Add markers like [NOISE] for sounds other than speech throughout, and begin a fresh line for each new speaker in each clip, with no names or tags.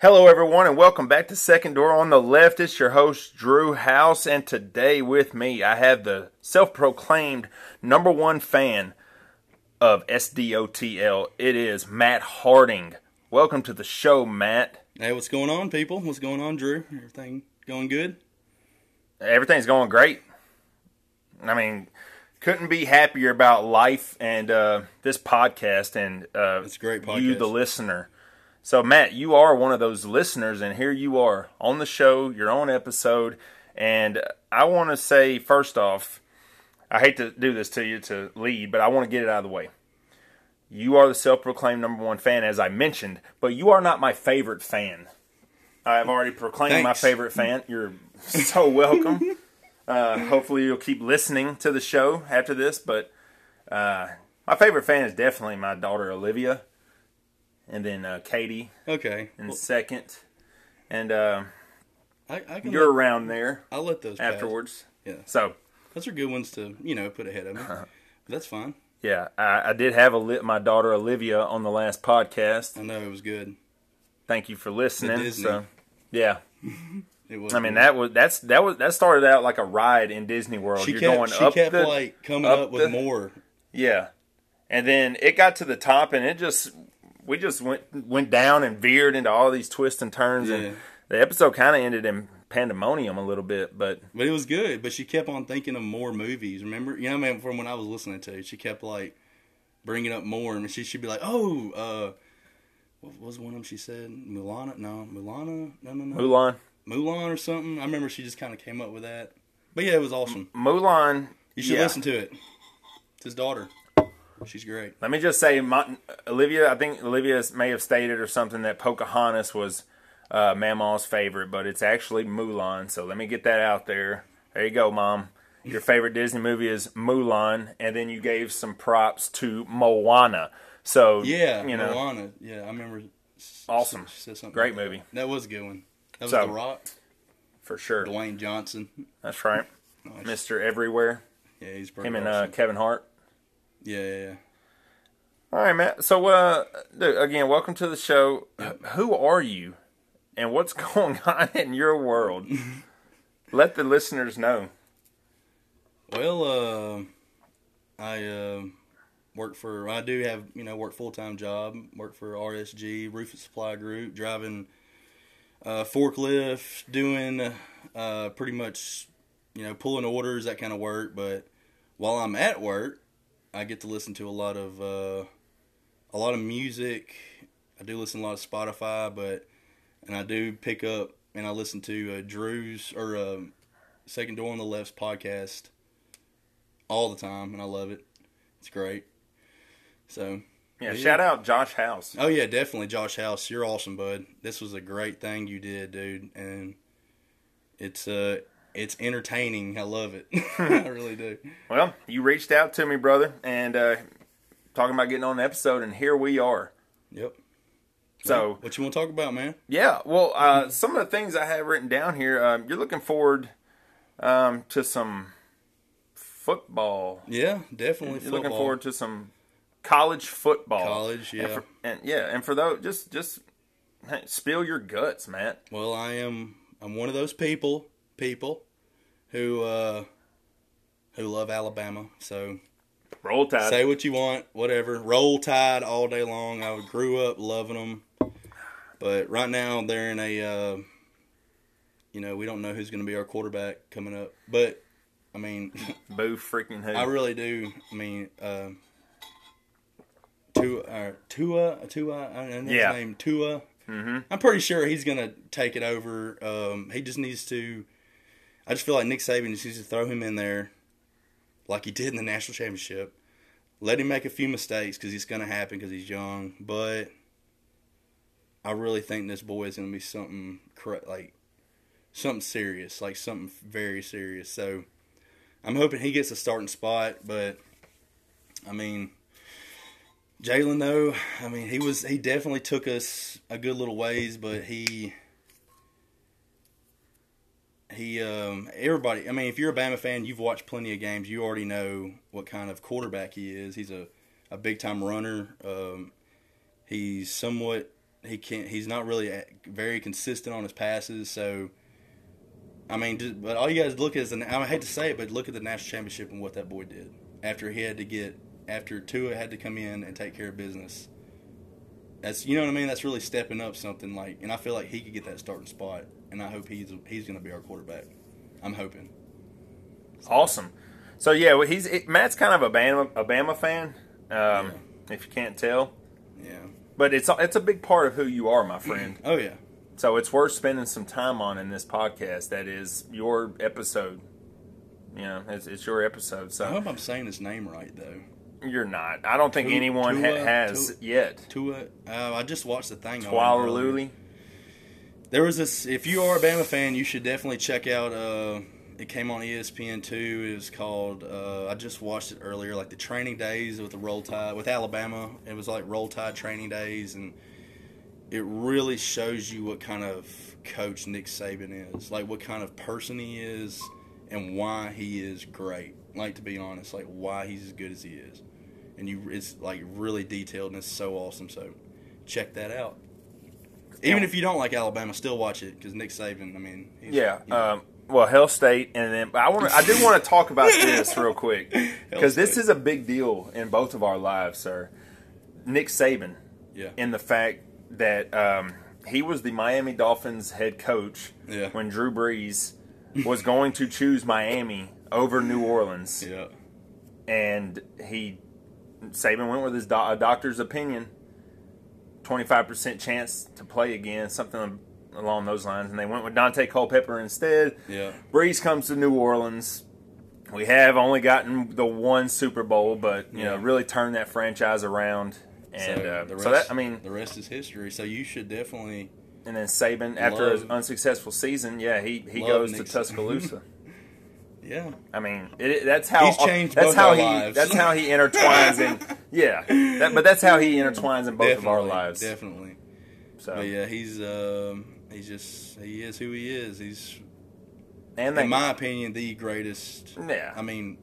Hello, everyone, and welcome back to Second Door on the Left. It's your host, Drew House, and today with me, I have the self proclaimed number one fan of SDOTL. It is Matt Harding. Welcome to the show, Matt.
Hey, what's going on, people? What's going on, Drew? Everything going good?
Everything's going great. I mean, couldn't be happier about life and uh, this podcast and uh,
It's a great
you,
podcast.
the listener. So, Matt, you are one of those listeners, and here you are on the show, your own episode. And I want to say, first off, I hate to do this to you to lead, but I want to get it out of the way. You are the self proclaimed number one fan, as I mentioned, but you are not my favorite fan. I've already proclaimed my
Thanks.
favorite fan. You're
[LAUGHS]
so welcome. uh, hopefully, you'll keep listening to the show after this, but uh, my favorite fan is definitely my daughter, Olivia, and then uh, Katie
Okay.
in
Well,
second, and uh,
I, I can.
you're
Let,
around there
I'll let those pass.
afterwards.
Yeah.
So
Those are good ones to you know put ahead of me. But that's fine.
yeah, I, I did have a my daughter Olivia on the last podcast.
I know it was good.
Thank you for listening.
Disney.
So yeah,
It was.
I mean that was that's that was that started out like a ride in Disney World.
she
You're
kept
going
she
up
kept
the,
like coming
up
up, with
the-
more.
yeah, and then it got to the top, and it just we just went went down and veered into all these twists and turns,
Yeah.
and the episode kind of ended in pandemonium a little bit, but.
But it was good. But she kept on thinking of more movies. Remember, you know, man, from when I was listening to, she kept like bringing up more, and she should be like, "Oh, uh, what was one of them?" She said, "Mulana, no, Mulana, no, no, no,
Mulan.
Mulan or something." I remember she just kind of came up with that. But yeah, it was awesome.
Mulan.
You should
yeah.
listen to it. It's his daughter. She's great.
Let me just say, my, Olivia. I think Olivia may have stated or something that Pocahontas was uh, Mama's favorite, but it's actually Mulan. So let me get that out there. There you go, Mom. Your favorite Disney movie is Mulan, and then you gave some props to Moana. So
Yeah,
you know,
Moana. Yeah, I remember. s-
Awesome.
She said something.
great movie
That was a good one. That was
So-
The Rock,
for sure.
Dwayne Johnson.
That's right, Mister Everywhere.
Yeah, he's pretty
Him and uh,
awesome.
Kevin Hart.
yeah, yeah, yeah.
All right, Matt. So, uh, dude, again, welcome to the show. Who are you, and what's [LAUGHS] going on in your world? Let the listeners know.
Well, uh, I uh, work for. I do have you know work full time job. Work for RSG Roof and Supply Group, driving uh, forklift, doing uh, pretty much you know pulling orders that kind of work. But while I'm at work, I get to listen to a lot of uh, a lot of music. I do listen to a lot of Spotify, but and I do pick up and I listen to uh, Drew's or um Second Door on the Left's podcast all the time, and I love it. It's great. So,
Yeah, shout out Josh House.
oh yeah, definitely, Josh House, you're awesome, bud. This was a great thing you did, dude, and it's uh, it's entertaining. I love it. [LAUGHS]
[LAUGHS]
I really do.
Well, you reached out to me, brother, and uh, talking about getting on an episode, and here we are.
Yep.
So,
what you want to talk about, man?
yeah. Well, uh, some of the things I have written down here. Um, you're looking forward um, to some football.
Yeah, definitely.
You're looking
football.
forward to some college football.
College,
And,
yeah.
for, and yeah, and for those, just just hey, spill your guts, man.
Well, I am. I'm one of those people, people, who uh, who love Alabama. So
Roll Tide.
say what you want, whatever. Roll Tide all day long. I grew up loving them, but right now they're in a. Uh, you know, we don't know who's going to be our quarterback coming up, but I mean, [LAUGHS]
Boo freaking who?
I really do. I mean, uh, Tua, uh, Tua, Tua. I don't know
Yeah.
his name. Tua. Mm-hmm. I'm pretty sure he's gonna take it over. Um, he just needs to. I just feel like Nick Saban just needs to throw him in there, like he did in the national championship. Let him make a few mistakes because it's gonna happen because he's young. But I really think this boy is gonna be something cra- like something serious, like something very serious. So. I'm hoping he gets a starting spot, but I mean, Jalen though, I mean he was he definitely took us a good little ways, but he he um everybody. I mean, if you're a Bama fan, you've watched plenty of games. You already know what kind of quarterback he is. He's a a big time runner. Um, he's somewhat he can't. He's not really a- very consistent on his passes. So, I mean, just, but all you guys look at is, and I hate to say it, but look at the national championship and what that boy did after he had to get after Tua had to come in and take care of business. That's you know what I mean. That's really stepping up something like, and I feel like he could get that starting spot, and I hope he's he's going to be our quarterback. I'm hoping.
Awesome. So yeah, well, he's it, Matt's kind of a Bama, a Bama fan, um, if you can't tell.
Yeah.
But it's a- it's a big part of who you are, my friend.
[CLEARS THROAT] Oh yeah.
so it's worth spending some time on in this podcast. That is your episode. You know, it's, it's your episode.
I
So
hope I'm saying his name right though.
you're not. I don't think
Tua-
anyone ha-
Tua-
has
Tua-
yet.
Tua. Uh, I just watched the thing. on um, him
Waller
earlier.
Luli.
There was this. If you are a Bama fan, you should definitely check out. Uh, it came on ESPN two. It was called. Uh, I just watched it earlier, like the training days with the roll tide with Alabama. It was like roll tide training days, and it really shows you what kind of coach Nick Saban is, like what kind of person he is, and why he is great. Like to be honest, like why he's as good as he is, and you it's like really detailed and it's so awesome. So check that out. Even if you don't like Alabama, still watch it because Nick Saban. I mean, he's,
Yeah.
you know,
Um, well, Hell State, and then but I want I
[LAUGHS]
do want to talk about this real quick because this
State.
is a big deal in both of our lives, sir. Nick Saban,
yeah,
in the fact that um, he was the Miami Dolphins head coach
Yeah.
when Drew Brees was going to choose Miami over New Orleans,
yeah,
and he Saban went with his do- a doctor's opinion, twenty five percent chance to play again, something along those lines, and they went with Dante Culpepper instead.
yeah.
Breeze comes to New Orleans. We have only gotten the one Super Bowl, but you know,
Yeah.
really turned that franchise around. And so, uh,
the
so that I mean,
the rest is history. So you should definitely
and then Saban after his
Love-
unsuccessful season, yeah, he, he
Love
goes
Nick
to
Saban. [LAUGHS]
Tuscaloosa.
yeah.
I mean, it, it- that's how
He's changed
that's
both
how
our
he
lives.
that's how he intertwines
[LAUGHS]
in yeah, that, but that's how he intertwines in both of our
Definitely,
lives.
Definitely.
So
But yeah, he's um, he's just he is who he is. He's
and they
in my opinion the greatest.
yeah
I mean,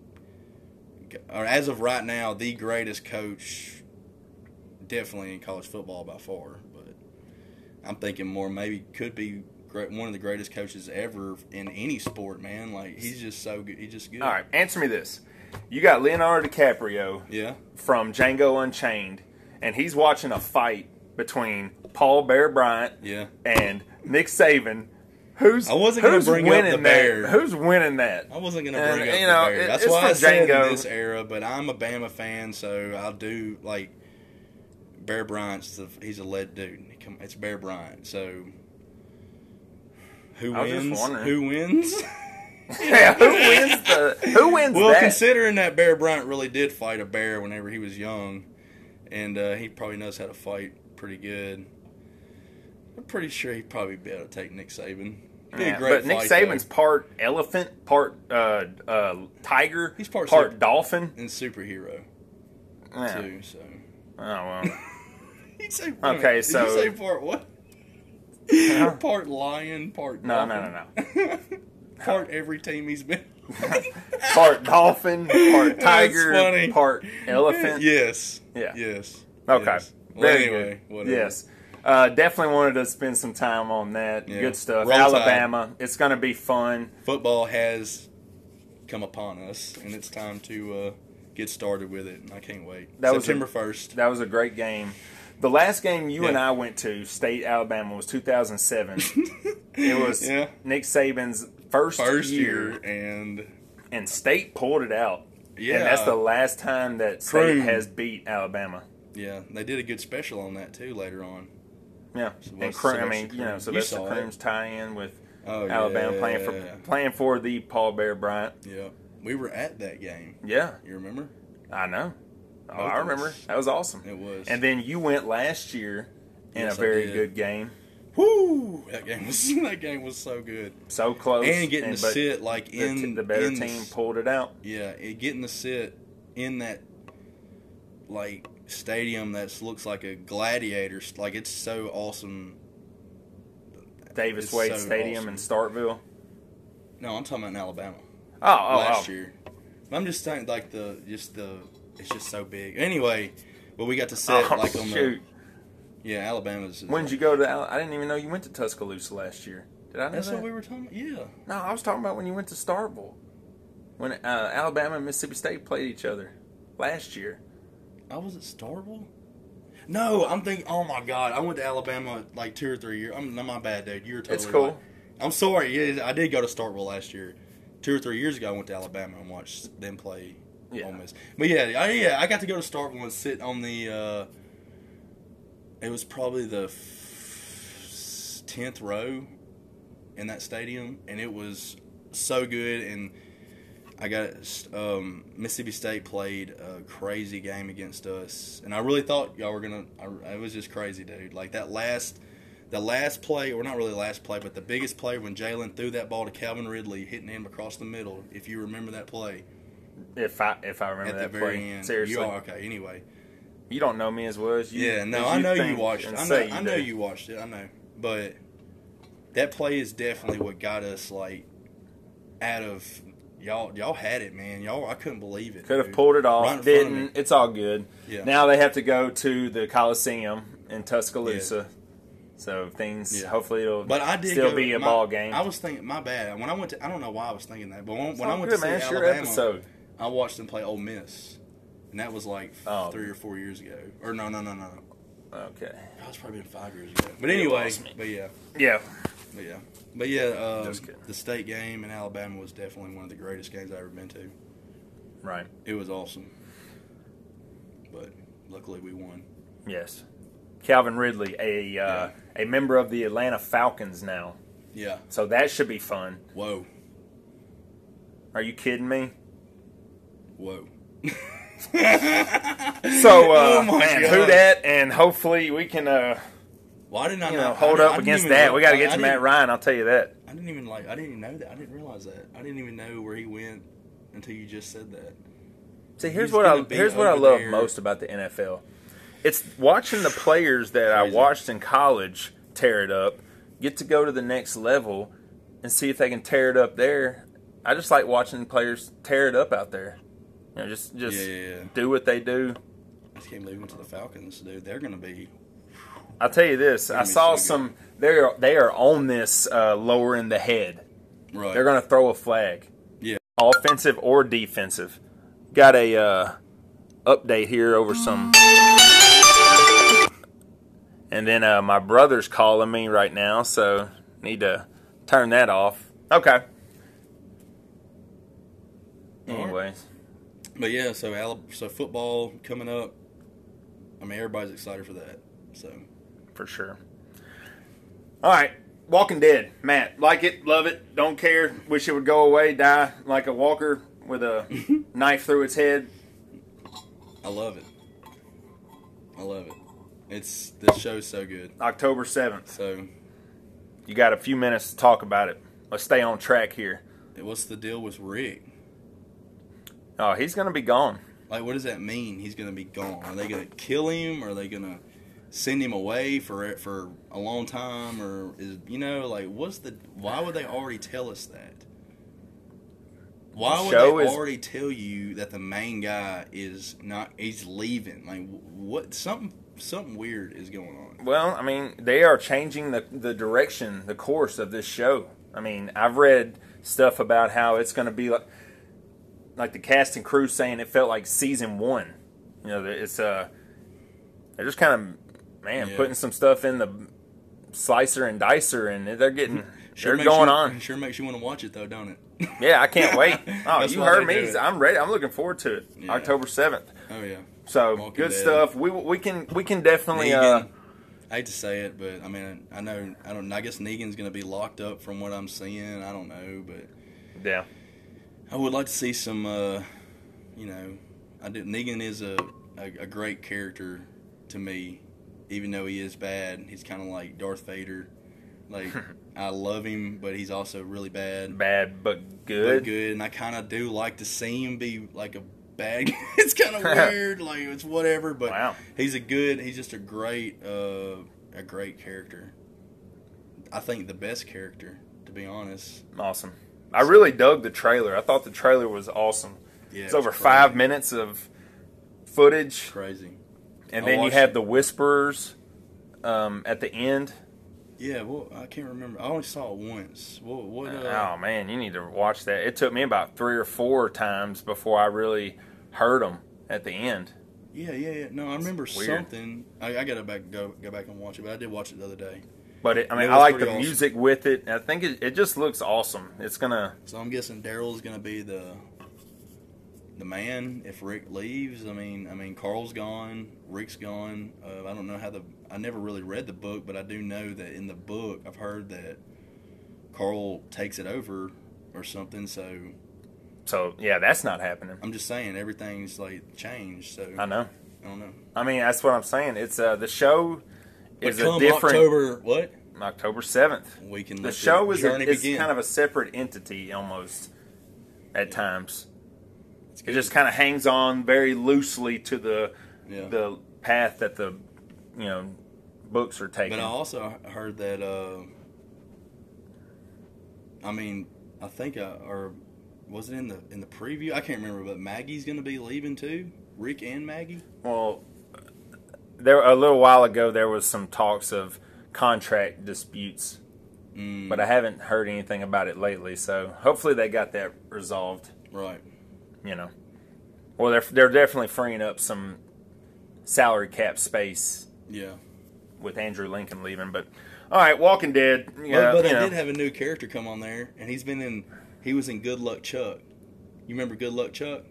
g- or as of right now, the greatest coach, definitely in college football by far. But I'm thinking more maybe could be great, one of the greatest coaches ever in any sport. Man, like he's just so good. He's just good.
all right. Answer me this: you got Leonardo DiCaprio
Yeah.
from Django Unchained, and he's watching a fight between Paul Bear Bryant
Yeah.
and Nick Saban. Who's
I wasn't gonna
who's
bring up the
winning
bear.
that? Who's winning that?
I wasn't gonna
And,
bring up
you
you
know,
the bear.
it-
That's
it's
why I
from
said
Django.
in this era, but I'm a Bama fan, so I do like Bear Bryant's. The, he's a lead dude. He Come, it's Bear Bryant. So who
I was just
wins?
wondering. [LAUGHS]
Who wins?
[LAUGHS] Yeah, who wins the? Who wins
well,
that?
considering that Bear Bryant really did fight a bear whenever he was young, and uh, he probably knows how to fight pretty good. I'm pretty sure he'd probably be able to take Nick Saban. He'd be a
Yeah,
great
but Nick
fight,
Saban's
though,
part elephant, part uh, uh, tiger,
He's part super-
dolphin.
and superhero
Yeah.
too. So.
Oh well,
[LAUGHS] He'd say part,
Okay,
Did
so-
you say part what?
Huh?
[LAUGHS] part lion, part
no, no,
dolphin.
no,
[LAUGHS]
no.
part every team he's been.
Part dolphin, part
That's
tiger,
funny.
part [LAUGHS] elephant.
[LAUGHS] yes.
Yeah.
Yes.
Okay.
Yes. Well,
Very
anyway,
good.
whatever.
Yes. Uh, definitely wanted to spend some time on that.
Yeah.
Good stuff.
Roll Tide.
Alabama. It's going to be fun.
Football has come upon us, and it's time to uh, get started with it. And I can't wait.
That was
September
a-
first.
That was a great game. The last game you and
Yeah.
I went to, State Alabama, was
[LAUGHS]
2007. it was
Yeah.
Nick Saban's first,
First
year,
year, and
and State pulled it out.
yeah,
And that's the last time that State
Croom.
has beat Alabama.
yeah. They did a good special on that too later on.
Yeah. and
Sylvester
Croom, I mean,
Croom.
you know,
You
Sylvester
saw it.
Croom's tie-in with
Oh,
Alabama
yeah.
playing for playing for the Paul Bear Bryant.
Yeah, we were at that game.
Yeah,
You remember?
I know. Oh,
Both
I
of
remember.
us.
That was awesome.
It was.
And then you went last year in
Yes,
a
I
very
did.
good game.
Woo! That game was [LAUGHS] that game was so good,
So close.
and getting to
but
sit like
the,
in
the better
in the
team
s-
pulled it out.
yeah, it, getting to sit in that like stadium that looks like a gladiator. s- Like it's so awesome.
Davis
It's
Wade
so
Stadium in Starkville.
No, I'm talking about in Alabama
Oh, oh,
last
oh.
year. I'm just saying, like the just the it's just so big. Anyway, but we got to sit
Oh,
like on
shoot.
the Yeah, Alabama's.
When did you go to? Al- I didn't even know you went to Tuscaloosa last year. Did I know
That's
that?
what we were talking. Yeah.
no, I was talking about when you went to Starkville, when uh, Alabama and Mississippi State played each other last year.
I was at Starville. No, I'm thinking. Oh my God, I went to Alabama like two or three years. I'm not my bad, dude. You're totally.
It's cool.
right. I'm sorry. Yeah, I did go to Starkville last year. Two or three years ago, I went to Alabama and watched them play
Yeah.
Ole Miss. But yeah, I, yeah, I got to go to Starkville and sit on the. Uh, it was probably the tenth row in that stadium, and it was so good. And I got um, Mississippi State played a crazy game against us, and I really thought y'all were gonna. I, it was just crazy, dude. Like that last, the last play, or not really last play, but the biggest play when Jalen threw that ball to Calvin Ridley, hitting him across the middle. If you remember that play
If I if I remember
at
that
the very
play,
end,
seriously,
you are okay. Anyway,
You don't know me as well as you.
yeah, no,
as
I know you
think
watched. it.
and
I know,
say
I know
do.
you watched it. I know, but that play is definitely what got us like out of y'all. Y'all had it, man. Y'all, I couldn't believe it.
Could have
dude.
pulled it off.
Right in front of me.
Didn't. It's all good.
Yeah.
Now they have to go to the Coliseum in Tuscaloosa. So things.
Yeah.
Hopefully it'll.
But I did
still
go-
be a
my-
ball game.
I was thinking, my bad. When I went to, I don't know why I was thinking that, but when,
It's
when I
all
went
good,
to see
man. It's your
Alabama,
episode.
I watched them play Ole Miss, and that was like
Oh.
three or four years ago. Or no, no, no, no, no.
Okay.
That was probably been five years ago. But
You
anyway,
lost me.
but yeah,
Yeah.
but yeah, but yeah. Um,
Just kidding.
the state game in Alabama was definitely one of the greatest games I ever been to.
Right.
It was awesome. But luckily we won.
Yes. Calvin Ridley, a uh, a member of the Atlanta Falcons now.
Yeah.
So that should be fun.
Whoa.
Are you kidding
[LAUGHS]
me?
Whoa.
So uh,
Oh my
man,
God.
who that? And hopefully we can uh,
Why did I
you
not
know hold
I- I
up
didn't
against
even
that.
know-
We got to
I-
get
I
to Matt
didn't-
Ryan. I'll tell you that.
I didn't even like. I didn't even know that. I didn't realize that. I didn't even know where he went until you just said that.
See, here's
He's
what I
gonna be
here's what I
over
love
there.
most about the NFL. It's watching the players that I
Crazy.
watched in college tear it up, get to go to the next level, and see if they can tear it up there. I just like watching players tear it up out there. You know, just just
Yeah, yeah, yeah.
do what they do.
I just can't believe he went to the Falcons, dude. They're gonna be.
I'll tell you this: I
be
saw
so good.
some. They are they are on this uh, lowering the head.
Right.
They're going to throw a flag.
Yeah.
Offensive or defensive. Got a uh, update here over some. And then uh, my brother's calling me right now, so need to turn that off. Okay. Anyways,
But yeah, so Alab- so football coming up. I mean, everybody's excited for that. So
for sure. All right. Walking Dead, Matt. Like it, love it, don't care. Wish it would go away, die like a walker with a knife through its head.
I love it. I love it. It's this show's so good.
October 7th.
So
You got a few minutes to talk about it. Let's stay on track here.
what's the deal with Rick?
Oh, he's going to be gone.
Like, what does that mean? He's gonna be gone. Are they gonna kill him? Are they gonna send him away for for a long time? Or is you know like what's the why would they already tell us that? Why would
Show
they
is-
already tell you that the main guy is not? He's leaving. Like wh- what? Something something weird is going on.
Well, I mean, they are changing the, the direction, the course of this show. I mean, I've read stuff about how it's going to be like, like the cast and crew saying it felt like season one. You know, that it's uh, they're just kind of man
Yeah.
putting some stuff in the slicer and dicer, and they're
[LAUGHS]
getting they're
makes
going
you, [LAUGHS]
on.
Sure makes you want to watch it though, don't it?
Yeah, I can't wait. Oh,
That's
you
why
heard
they do
me.
it.
I'm ready. I'm looking forward to it.
Yeah.
October seventh.
[LAUGHS] oh yeah.
So
Walking
good
Dead.
stuff. We we can we can definitely. Uh,
Negan. I hate to say it, but I mean, I know, I don't. I guess Negan's gonna be locked up from what I'm seeing. I don't know, but
yeah,
I would like to see some. Uh, you know, I do, Negan is a, a a great character to me, even though he is bad. He's kind of like Darth Vader. Like I love him, but he's also really bad.
bad but
But
good.
good, and I kind of do like to see him be like a bad. [LAUGHS] it's
[LAUGHS]
kind of weird, like it's whatever. But
Wow.
he's a good. He's just a great, uh, a great character. I think the best character, to be honest.
Awesome. I really dug the trailer. I thought the trailer was awesome.
Yeah,
it's over
crazy.
five minutes of footage,
Crazy.
and
I
then you
watched
have
it.
the whisperers. um, at the end?
Yeah, well, I can't remember. I only saw it once. What? what uh,
Oh man, you need to watch that. It took me about three or four times before I really heard them at the end.
yeah, yeah, yeah. No, I remember
weird.
something. I, I gotta back go go back and watch it, but I did watch it the other day.
But it, I mean,
It
I
was
like the
pretty awesome.
music with it. and I think it, it just looks awesome. It's gonna
So I'm guessing Daryl's gonna be the the man if Rick leaves. I mean, I mean Carl's gone, Rick's gone. Uh, I don't know how the. I never really read the book, but I do know that in the book I've heard that Carl takes it over or something. So
So yeah, that's not happening.
I'm just saying everything's like changed. So
I know.
I don't know.
I mean, that's what I'm saying. It's uh, the show
But
is a
come
different
October, what
October seventh.
we can
The
let
show is, a,
journey
is
begin.
kind of a separate entity almost at times.
It's
It
good.
just kind of hangs on very loosely to the
Yeah.
the path that the you know books are taking.
But I also heard that. Uh, I mean, I think I, or was it in the in the preview? I can't remember. But Maggie's going to be leaving too. Rick and Maggie.
Well, there a little while ago there was some talks of contract disputes,
Mm,
but I haven't heard anything about it lately. So hopefully they got that resolved.
right.
you know. Well, they're they're definitely freeing up some salary cap space
Yeah.
with Andrew Lincoln leaving. But all right, Walking Dead. Yeah,
But- but
you
I
know.
did have a new character come on there, and he's been in. He was in Good Luck Chuck. You remember Good Luck Chuck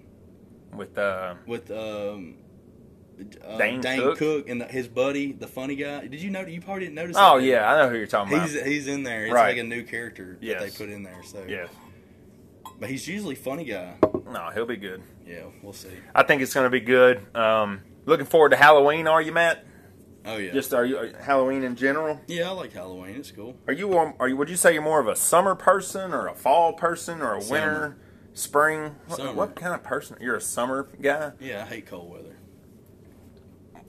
with uh,
with um, uh,
Dane Cook?
and the, his buddy, the funny guy. Did you know? You probably didn't notice.
oh
that.
yeah, I know who you're talking
He's,
about.
he's in there. It's
Right.
like a new character that
Yes.
they put in there. So
Yeah,
But he's usually funny guy.
no, he'll be good.
Yeah, we'll see.
I think it's going to be good. Um, looking forward to Halloween. Are you Matt?
Oh yeah.
Just are you are, Halloween in general?
yeah, I like Halloween. It's cool.
Are you um, are you? Would you say you're more of a summer person or a fall person or a
Summer.
winter, spring? What,
Summer.
what kind of person? You're a summer guy.
Yeah, I hate cold weather.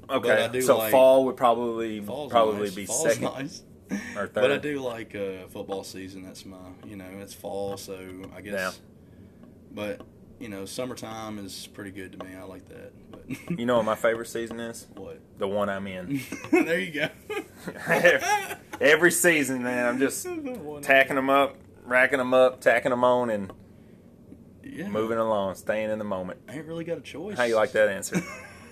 I
Okay,
do
so
like-
fall would probably
Fall's
probably
nice.
be
Fall's
second
nice.
or third.
But I do like uh, football season. That's my, you know, it's fall, so I guess.
Yeah.
But you know, summertime is pretty good to me. I like that. But [LAUGHS]
You know what my favorite season is?
what? [LAUGHS]
The one I'm in. [LAUGHS]
there you
Every season, man, I'm
[LAUGHS]
just
go.
tacking them up, racking them up, tacking them on, and
Yeah,
moving along, staying in the moment.
I ain't really got a choice.
How you like that
[LAUGHS]
answer?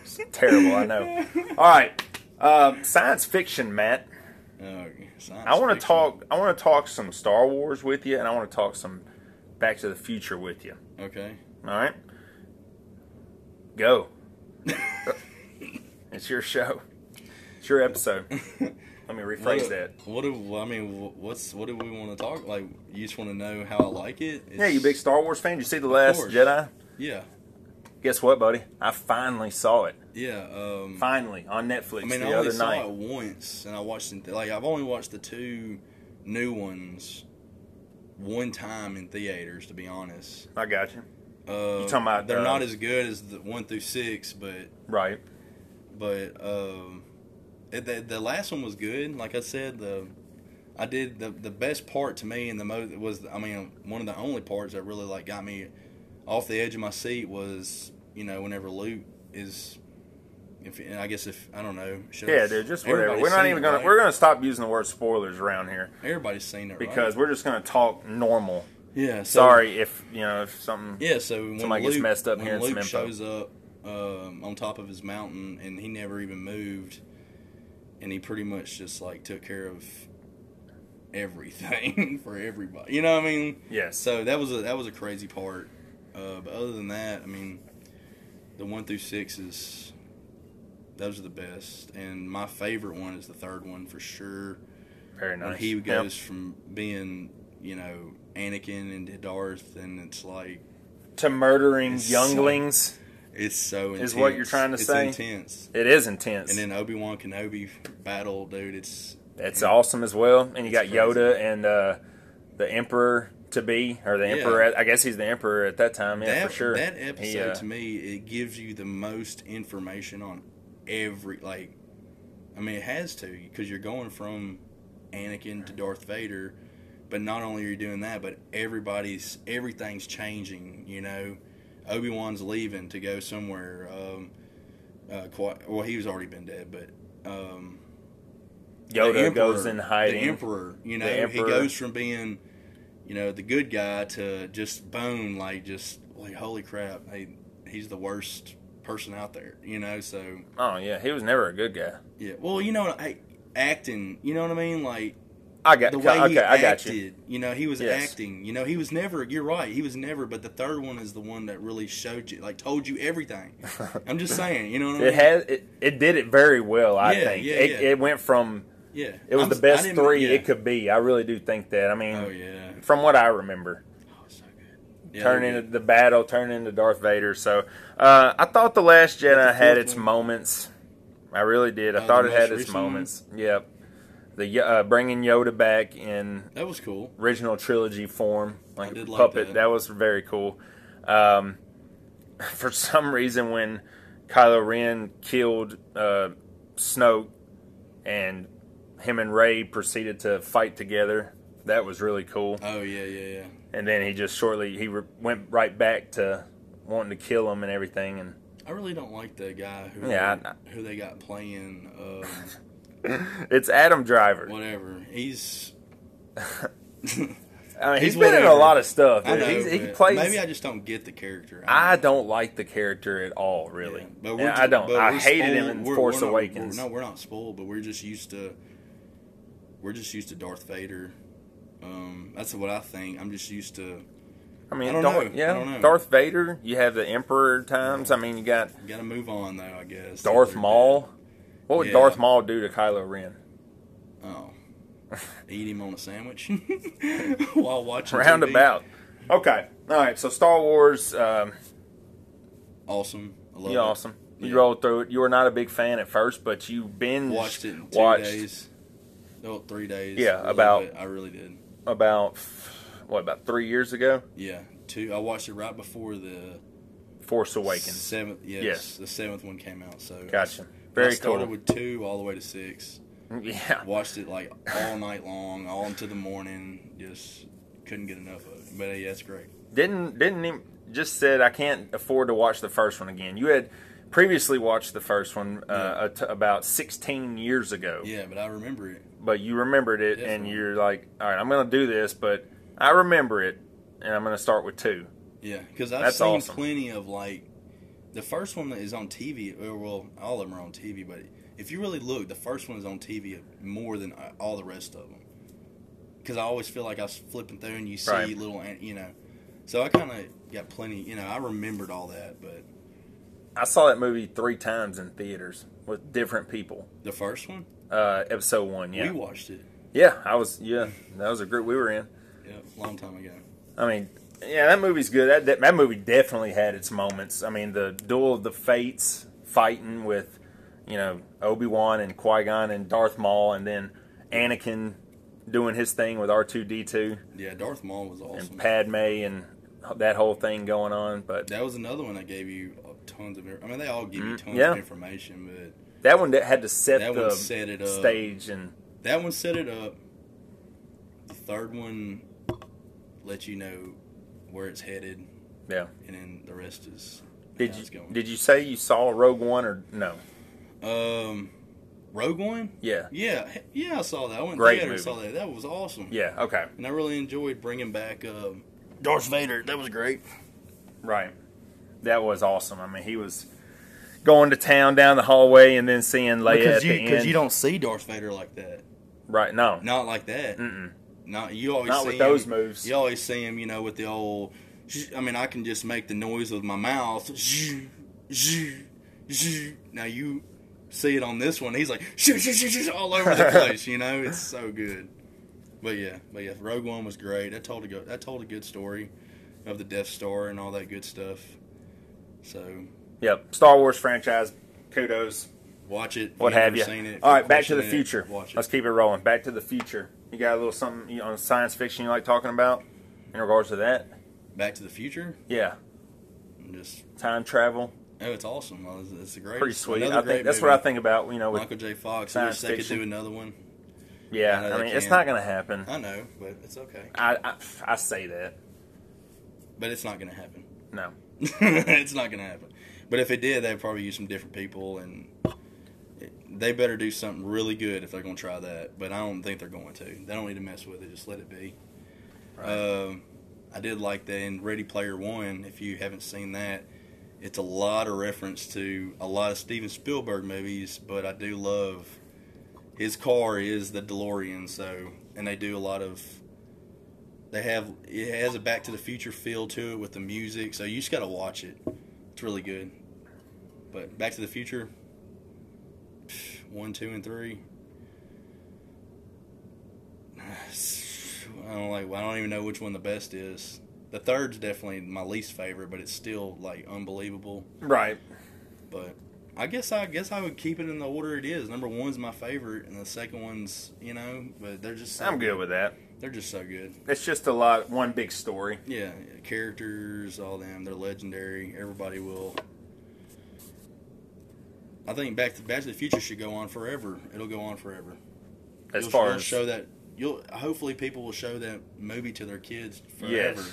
It's terrible, I know. All right, uh, science fiction, Matt.
Oh,
I want to talk. I want to talk some Star Wars with you, and I want to talk some Back to the Future with you.
Okay.
All right,
[LAUGHS]
go. it's your show. It's your episode. Let me rephrase
What do-
that.
What do I mean? wh- What's what do we want to talk? Like you just want to know how I like it. It's,
Yeah, you big Star Wars fan. You see the Last
course.
Jedi?
Yeah,
Guess what, buddy? I finally saw it.
yeah. Um,
Finally on Netflix
I mean,
the
I only
other
saw
night.
it once, and I watched it like I've only watched the two new ones one time in theaters. To be honest,
I got you.
uh,
You talking about,
they're
uh,
not as good as the one through six, but
Right.
but um, it, the the last one was good. Like I said, the I did the the best part to me and the most was I mean one of the only parts that really like got me off the edge of my seat was you know whenever Luke is. If, and I guess if I don't know, should
Yeah, dude. Just whatever.
everybody's
We're not
seen
even
it,
gonna.
right?
We're gonna stop using the word spoilers around here
everybody's seen it
because
right?
we're just gonna talk normal.
yeah. So,
Sorry if you know if something.
Yeah, so when
Somebody
Luke,
gets messed up
when
hearing
Luke
some info.
shows up um, on top of his mountain and he never even moved, and he pretty much just like took care of everything [LAUGHS] for everybody. You know what I mean?
Yes.
So that was a that was a crazy part. Uh, but other than that, I mean, the one through six is those are the best, and my favorite one is the third one for sure.
Very nice.
When he
Yep.
goes from being, you know, Anakin into Darth, and it's like
to murdering
It's so-
younglings.
It's so intense.
Is what you're trying to
it's
say?
intense.
it is intense.
And then Obi Wan Kenobi battle, dude. It's
That's awesome as well. And you got
It's
Yoda and uh, the Emperor to be, or the
Yeah.
Emperor. I guess he's the Emperor at that time. Yeah,
that
for sure.
that episode
He, uh,
to me it gives you the most information on every like. I mean, it has to because you're going from Anakin to Darth Vader, but not only are you doing that, but everybody's everything's changing. You know, Obi Wan's leaving to go somewhere. Um, uh, quite, well, he was already been dead, but um,
Yoda goes in hiding.
The emperor, you know, he
emperor.
goes from being, you know, the good guy to just bone, like just like holy crap, hey, he's the worst person out there, you know. So
Oh yeah, he was never a good guy.
yeah, well, you know, I, acting, you know what I mean, like
I got
the way
okay.
he
I got
acted,
you.
know, he was
Yes.
acting, you know, he was never. You're right, he was never. But the third one is the one that really showed you, like, told you everything. I'm just saying, you know what I
[LAUGHS]
mean?
It has it, it did it very well. I
Yeah,
think
yeah,
it,
yeah.
it went from
yeah,
it was
I'm-
the best
I didn't-
three
yeah.
it could be. I really do think that. I mean,
Oh yeah,
from what I remember,
oh, so good. Yeah,
turn
they're
into
good.
the battle, turn into Darth Vader. So uh, I thought the Last Jedi
the
had
fourth
its
one?
moments. I really did. I
Oh, the
thought it had
most
its
recent one?
moments. Yep. The Yo- uh, bringing Yoda back in
that was cool.
original trilogy form, like
did like
puppet.
that.
that. was very cool. Um, [LAUGHS] for some reason, when Kylo Ren killed uh, Snoke, and him and Ray proceeded to fight together, that was really cool.
Oh yeah, yeah, yeah.
And then he just shortly he re- went right back to wanting to kill him and everything. And
I really don't like the guy who
Yeah, I-
who they got playing um,
it's Adam Driver.
whatever. He's
I mean,
He's
he's been in a
whatever.
lot of stuff.
I
dude.
know,
He's- he
but
plays.
Maybe I just don't get the character.
I don't like the character at all, really.
Yeah,
but
but we're
I
ju-
don't.
but
I
we're
hated him
spoiled-
in
we're-
Force
we're not- we're-
Awakens.
no, we're not spoiled, but we're just used to. We're just used to Darth Vader. Um, that's what I think. I'm just used to.
I mean,
I don't
Darth,
know. I
yeah,
don't know.
Darth Vader. You have the Emperor times. I mean, you got
Got to move on though, I guess.
Darth
They're
Maul. What would
Yeah.
Darth Maul do to Kylo Ren?
dead. Oh, eat him on a sandwich [LAUGHS] while watching. TV.
Roundabout. Okay. All right. So Star Wars, um,
Awesome. I love
you
it.
awesome. You
Yeah.
rolled through it. You were not a big fan at first, but you binge
Watched it in two
watched
days. No, three days.
Yeah,
I love
about-
it. I really did.
about f- what about three years ago?
Yeah, two. I watched it right before the
Force Awakens.
seventh. Yes,
Yes.
the seventh one came out. So
Gotcha.
I
Very
started
cool.
with two all the way to six.
[LAUGHS] yeah.
Watched it like all night long, all into the morning. Just couldn't get enough of it. But uh, yeah, it's great.
didn't didn't even, just said I can't afford to watch the first one again. You had previously watched the first one uh, a t- about 16 years ago,
Yeah, but I remember it.
but you remembered it and
Definitely.
you're like, all right, I'm going to do this, but I remember it and I'm going to start with two.
Yeah, because I've
That's
seen
awesome.
plenty of like the first one that is on TV. or, Well, all of them are on TV, but if you really look, the first one is on TV more than uh, all the rest of them. Because I always feel like I was flipping through and you see
Right.
little, an- you know. So I kind of got plenty, you know. I remembered all that, but
I saw that movie three times in theaters with different people.
the first one,
Uh, episode one, yeah,
we watched it.
yeah, I was, yeah, that was a group we were in.
Yeah, long time ago.
I mean, yeah, that movie's good. That, that that movie definitely had its moments. I mean, the duel of the fates fighting with, you know, Obi Wan and Qui Gon and Darth Maul, and then Anakin doing his thing with R two D two
Yeah, Darth Maul was awesome.
and Padme and that whole thing going on. But
that was another one that gave you uh, tons of. I mean, they all give you tons
Mm, yeah.
of information, but
that one that had to set
That
the
one set it up.
stage and
That one set it up. The third one let you know where it's headed,
yeah.
and then the rest is
Did
how
you
it's going.
did you say you saw Rogue One or no?
um Rogue One?
Yeah,
Yeah, he- yeah, I saw that. I went
Great
Great theater and
movie.
saw that. That was awesome.
yeah. Okay,
and I really enjoyed bringing back um, Darth Vader. That was great.
Right. That was awesome. I mean, he was going to town down the hallway and then seeing Leia Oh, at
because
the
you
end.
because you don't see Darth Vader like that.
right? No.
Not like that.
Mm-mm.
Not you always
Not
see
with
him-
those moves.
You always see him, you know, with the old. zzz, I mean, I can just make the noise with my mouth. zzz, zzz, zzz. Now you see it on this one. He's like shoo, shoo, shoo, shoo, all over
[LAUGHS]
the place. You know, it's so good. But yeah, but yeah, Rogue One was great. That told a good, that told a good story of the Death Star and all that good stuff. So
Yep. Star Wars franchise. Kudos.
watch it. if
What
you've
have
never
you?
Seen it, if
All
you
right, back to the
question it,
future.
Watch it.
Let's keep it rolling. Back to the future. You got a little something you- on science fiction you like talking about in regards to that?
Back to the Future.
Yeah,
I'm just
time travel.
oh, it's awesome. It's, it's a great.
Pretty sweet.
another
I think
great
that's
movie.
what I think about. You know, with
Michael J. Fox. I
science
wish they could
fiction.
do another one.
yeah.
I know
I
they
mean, it's
can.
not gonna happen.
I know, but it's okay.
I, I I say that.
But it's not going to happen.
No.
[LAUGHS] it's not going to happen. But if it did, they'd probably use some different people, and it, They better do something really good if they're going to try that, but I don't think they're going to. They don't need to mess with it. Just let it be. Um, I did like that in Ready Player One. If you haven't seen that, it's a lot of reference to a lot of Steven Spielberg movies, but I do love his car is the DeLorean. So, and they do a lot of they have it has a Back to the Future feel to it with the music. So you just got to watch it. It's really good. But Back to the Future pff, one, two, and three. [SIGHS] I don't like. I don't even know which one the best is. The third's definitely my least favorite, but it's still like unbelievable.
Right.
But I guess I guess I would keep it in the order it is. Number one's my favorite, and the second one's you know. But they're just so,
I'm good with that.
They're just so good.
It's just a lot, one big story.
Yeah, yeah, characters, all them. They're legendary. Everybody will. I think Back to Back to the Future should go on forever. It'll go on forever.
As
you'll,
far
you'll
as
show that you'll hopefully people will show that movie to their kids forever.
yes,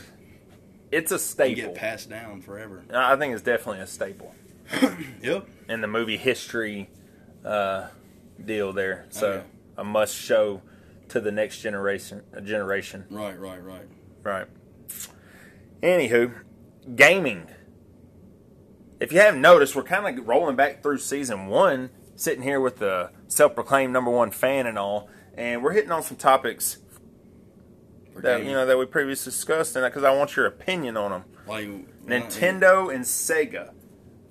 it's a
and
staple.
get passed down forever.
I think it's definitely a staple
Yep.
in the movie history uh, deal there. So
Oh, yeah.
a must show to the next generation. Generation,
Right. Right. Right.
right? Anywho, gaming. If you haven't noticed, we're kind of rolling back through season one, sitting here with the self-proclaimed number one fan and all, and we're hitting on some topics
For
that
gaming.
you know that we previously discussed, and because I want your opinion on them.
like
Nintendo and Sega.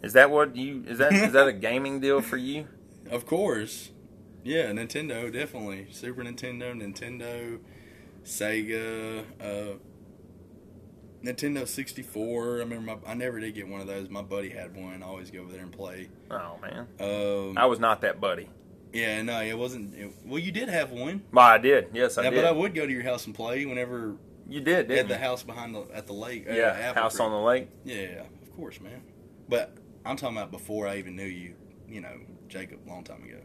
Is that what you is that is that a gaming deal for
[LAUGHS]
you?
Of course. Yeah, Nintendo definitely. Super Nintendo, Nintendo, Sega, uh Nintendo 64. I remember my, I never did get one of those. My buddy had one. I always go over there and play.
Oh man,
Um,
I was not that buddy.
yeah, no, it wasn't. It, well, you did have one.
Well, I did. Yes, I
yeah,
did.
but I would go to your house and play whenever
you did,
at
didn't
the
you?
house behind the at the lake. uh,
yeah,
Apple
house
Creek.
on the lake.
Yeah, of course, man. But I'm talking about before I even knew you. You know, Jacob, long time ago.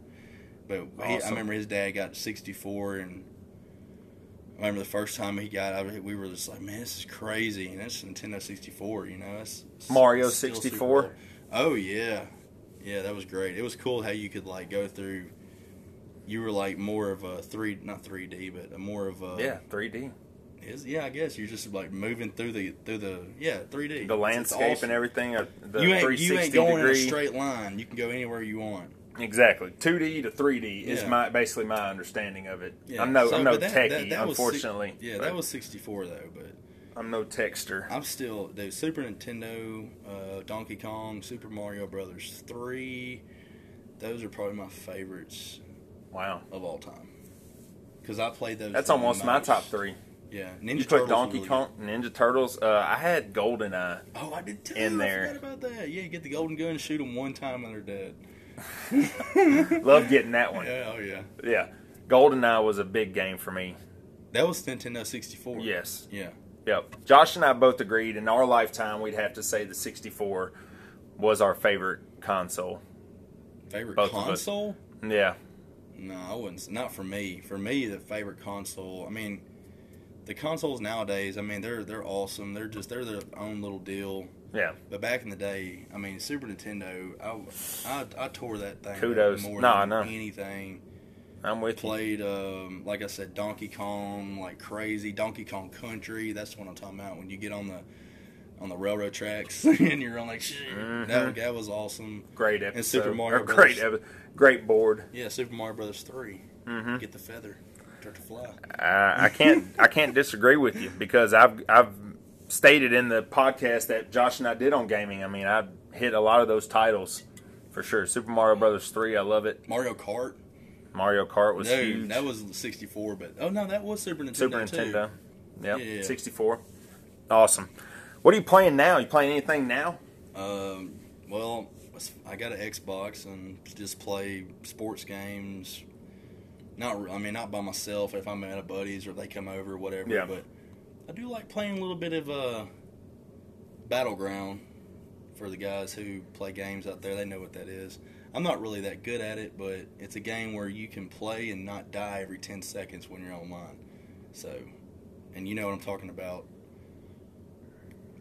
But he, I
Awesome.
remember his dad got 64, and I remember the first time he got out, we were just like, "Man, this is crazy!" And that's Nintendo 64. You know, that's
Mario
still super
64?
cool. Oh yeah, yeah, that was great. It was cool how you could like go through. You were like more of a three, not 3D, but a more of a
Yeah, 3D,
Is, yeah, I guess you're just like moving through the through the yeah 3D. It's- it's
the landscape
awesome
and everything. uh, The
you ain't,
360
you ain't going
degree.
in a straight line. You can go anywhere you want.
Exactly, 2D to 3D is
Yeah.
my basically my understanding of it.
Yeah.
I'm no
So,
I'm no
but that-
techie,
that- that was si-
unfortunately.
yeah,
but
that was 64 though, but
I'm no texter.
I'm still the Super Nintendo, uh, Donkey Kong, Super Mario Brothers 3. Those are probably my favorites
Wow,
of all time. Because I played those.
that's
the
almost my
most.
top three.
Yeah, Ninja
You put
Turtles was
Donkey
really
Kong, Ninja Turtles. Uh, I had GoldenEye.
good. Oh, I did too.
in
I
there.
forgot about that. Yeah, you get the golden gun, shoot them one time, and they're dead.
Love getting that
[LAUGHS]
one.
Yeah, oh yeah.
Yeah. GoldenEye was a big game for me.
That was Nintendo 64.
Yes.
Yeah.
Yep. Josh and I both agreed in our lifetime we'd have to say the 64 was our favorite console.
Favorite
Both of us.
console?
Yeah.
No, I wouldn't. s- Not for me. For me, the favorite console. I mean, the consoles nowadays. I mean, they're they're awesome. They're just they're their own little deal.
Yeah.
But back in the day, I mean, Super Nintendo. I I, I tore that thing. up
Kudos.
More
No,
than
I know.
anything.
I'm with you.
Played um like I said, Donkey Kong like crazy. Donkey Kong Country. That's what I'm talking about. When you get on the on the railroad tracks [LAUGHS] and you're on like shit. That,
Mm-hmm.
that was awesome.
Great episode.
Super Mario
or great,
Bros.
epi- great board.
Yeah, Super Mario Brothers 3
Mhm.
Get the feather. Start to fly.
I, I can't I can't disagree with you because I've I've stated in the podcast that Josh and I did on gaming. I mean, I hit a lot of those titles for sure. Super Mario Brothers 3, I love it.
Mario Kart.
Mario Kart was
no,
huge.
that was 64, but oh no, that was Super Nintendo.
Super
too.
Nintendo. Yep.
Yeah.
64. Awesome. What are you playing now? You playing anything now?
Um, well, I got an Xbox and just play sports games. Not, re- I mean, not by myself. If I'm at a buddies or they come over, or whatever.
Yeah.
But I do like playing a little bit of uh, battleground for the guys who play games out there. They know what that is. I'm not really that good at it, but it's a game where you can play and not die every 10 seconds when you're online. So, and you know what I'm talking about.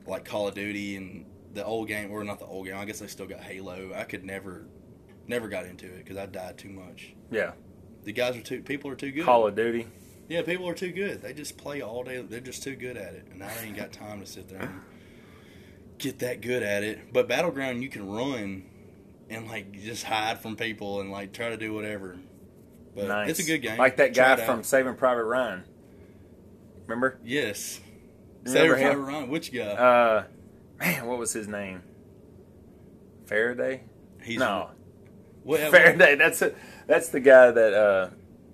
Like Call of Duty and the old game, or not the old game. I guess I still got Halo. I could never Never got into it because I died too much.
Yeah.
The guys are too. People are too good.
Call of Duty.
Yeah, people are too good. They just play all day. They're just too good at it, and I ain't got time to sit there and get that good at it. But battleground, you can run and like just hide from people and like try to do whatever. But
nice.
it's a good game.
Like that
Try
guy
it out.
from Saving Private Ryan. Remember?
Yes.
Remember
Saving
him?
Private Ryan. Which guy?
Uh, man, what was his name? Faraday?
He's
no, [LAUGHS]
What, what-
Faraday. That's it. That's the guy that. Uh,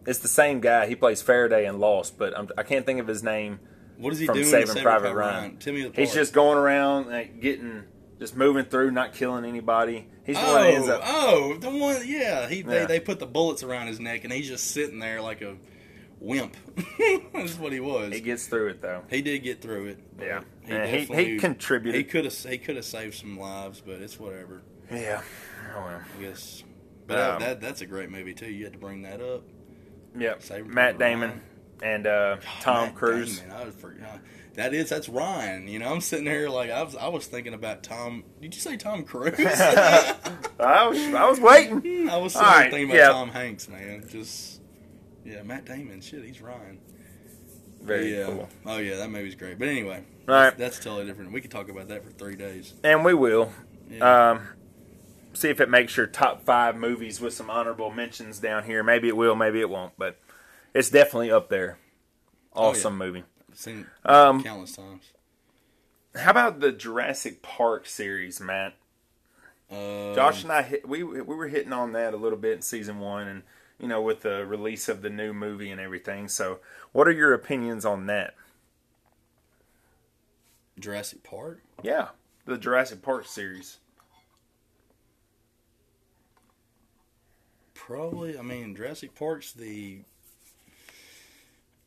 it's the same guy. He plays Faraday in Lost, but I'm, I can't think of his name.
what is he
from
doing? in
Saving
Saving
Private
Private
Ryan.
Ryan. Tell me the part.
He's just going around, like, getting, just moving through, not killing anybody. He's the one that ends
Oh,
up.
oh, the one, yeah. He they,
Yeah.
they put the bullets around his neck, and he's just sitting there like a wimp. [LAUGHS] That's what he was.
He gets through it though.
He did get through it. but
Yeah, And he, he,
definitely- He
contributed.
could have he could have saved some lives, but it's whatever.
yeah. Oh, well.
I guess. But that-
Um,
that that's a great movie too. You had to bring that up.
Yep.
Saving
Matt
Private
Damon
Ryan.
and uh, Tom
Matt
Cruise.
Damon, I was for- uh, that is that's Ryan. You know, I'm sitting here like I was I was thinking about Tom. Did you say Tom Cruise?
[LAUGHS]
[LAUGHS] I
I was I was waiting.
Hmm, was
All
sitting
right,
here thinking about
yeah.
Tom Hanks, man. Just yeah, Matt Damon. Shit, he's Ryan.
Very
yeah.
cool.
Oh yeah, that movie's great. But anyway,
All right,
that's totally different. We could talk about that for three days.
and we will
Yeah.
um, see if it makes your top five movies with some honorable mentions down here. Maybe it will, maybe it won't, but it's definitely up there.
Oh, yeah.
Awesome movie.
Seen it
Um,
countless times.
how about the Jurassic Park series, Matt?
Uh,
Josh and I hit, we we were hitting on that a little bit in season one, and you know with the release of the new movie and everything. So, what are your opinions on that?
Jurassic Park.
Yeah, the Jurassic Park series.
Probably. I mean, Jurassic Park's the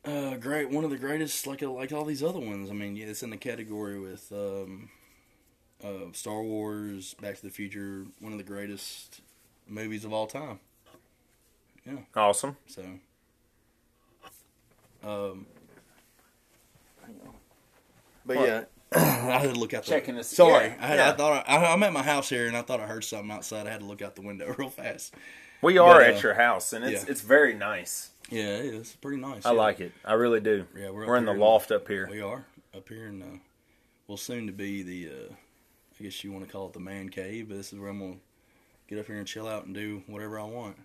uh, great one of the greatest, like uh, like all these other ones. I mean, yeah, it's in the category with um, uh, Star Wars, Back to the Future, one of the greatest movies of all time.
Awesome.
So, um, [LAUGHS] but
What?
yeah, I had to look out. The,
Checking this-
Sorry,
yeah,
I, had,
yeah.
I thought I, I'm at my house here, and I thought I heard something outside. I had to look out the window [LAUGHS] real fast.
We are
But, uh,
at your house, and it's
yeah.
it's very nice.
Yeah, it is pretty nice.
I
yeah.
like it. I really do.
Yeah, we're
we're,
up
in the
here.
loft up here.
We are up here in, uh, well, soon to be the, uh, I guess you want to call it the man cave, but this is where I'm gonna get up here and chill out and do whatever I want.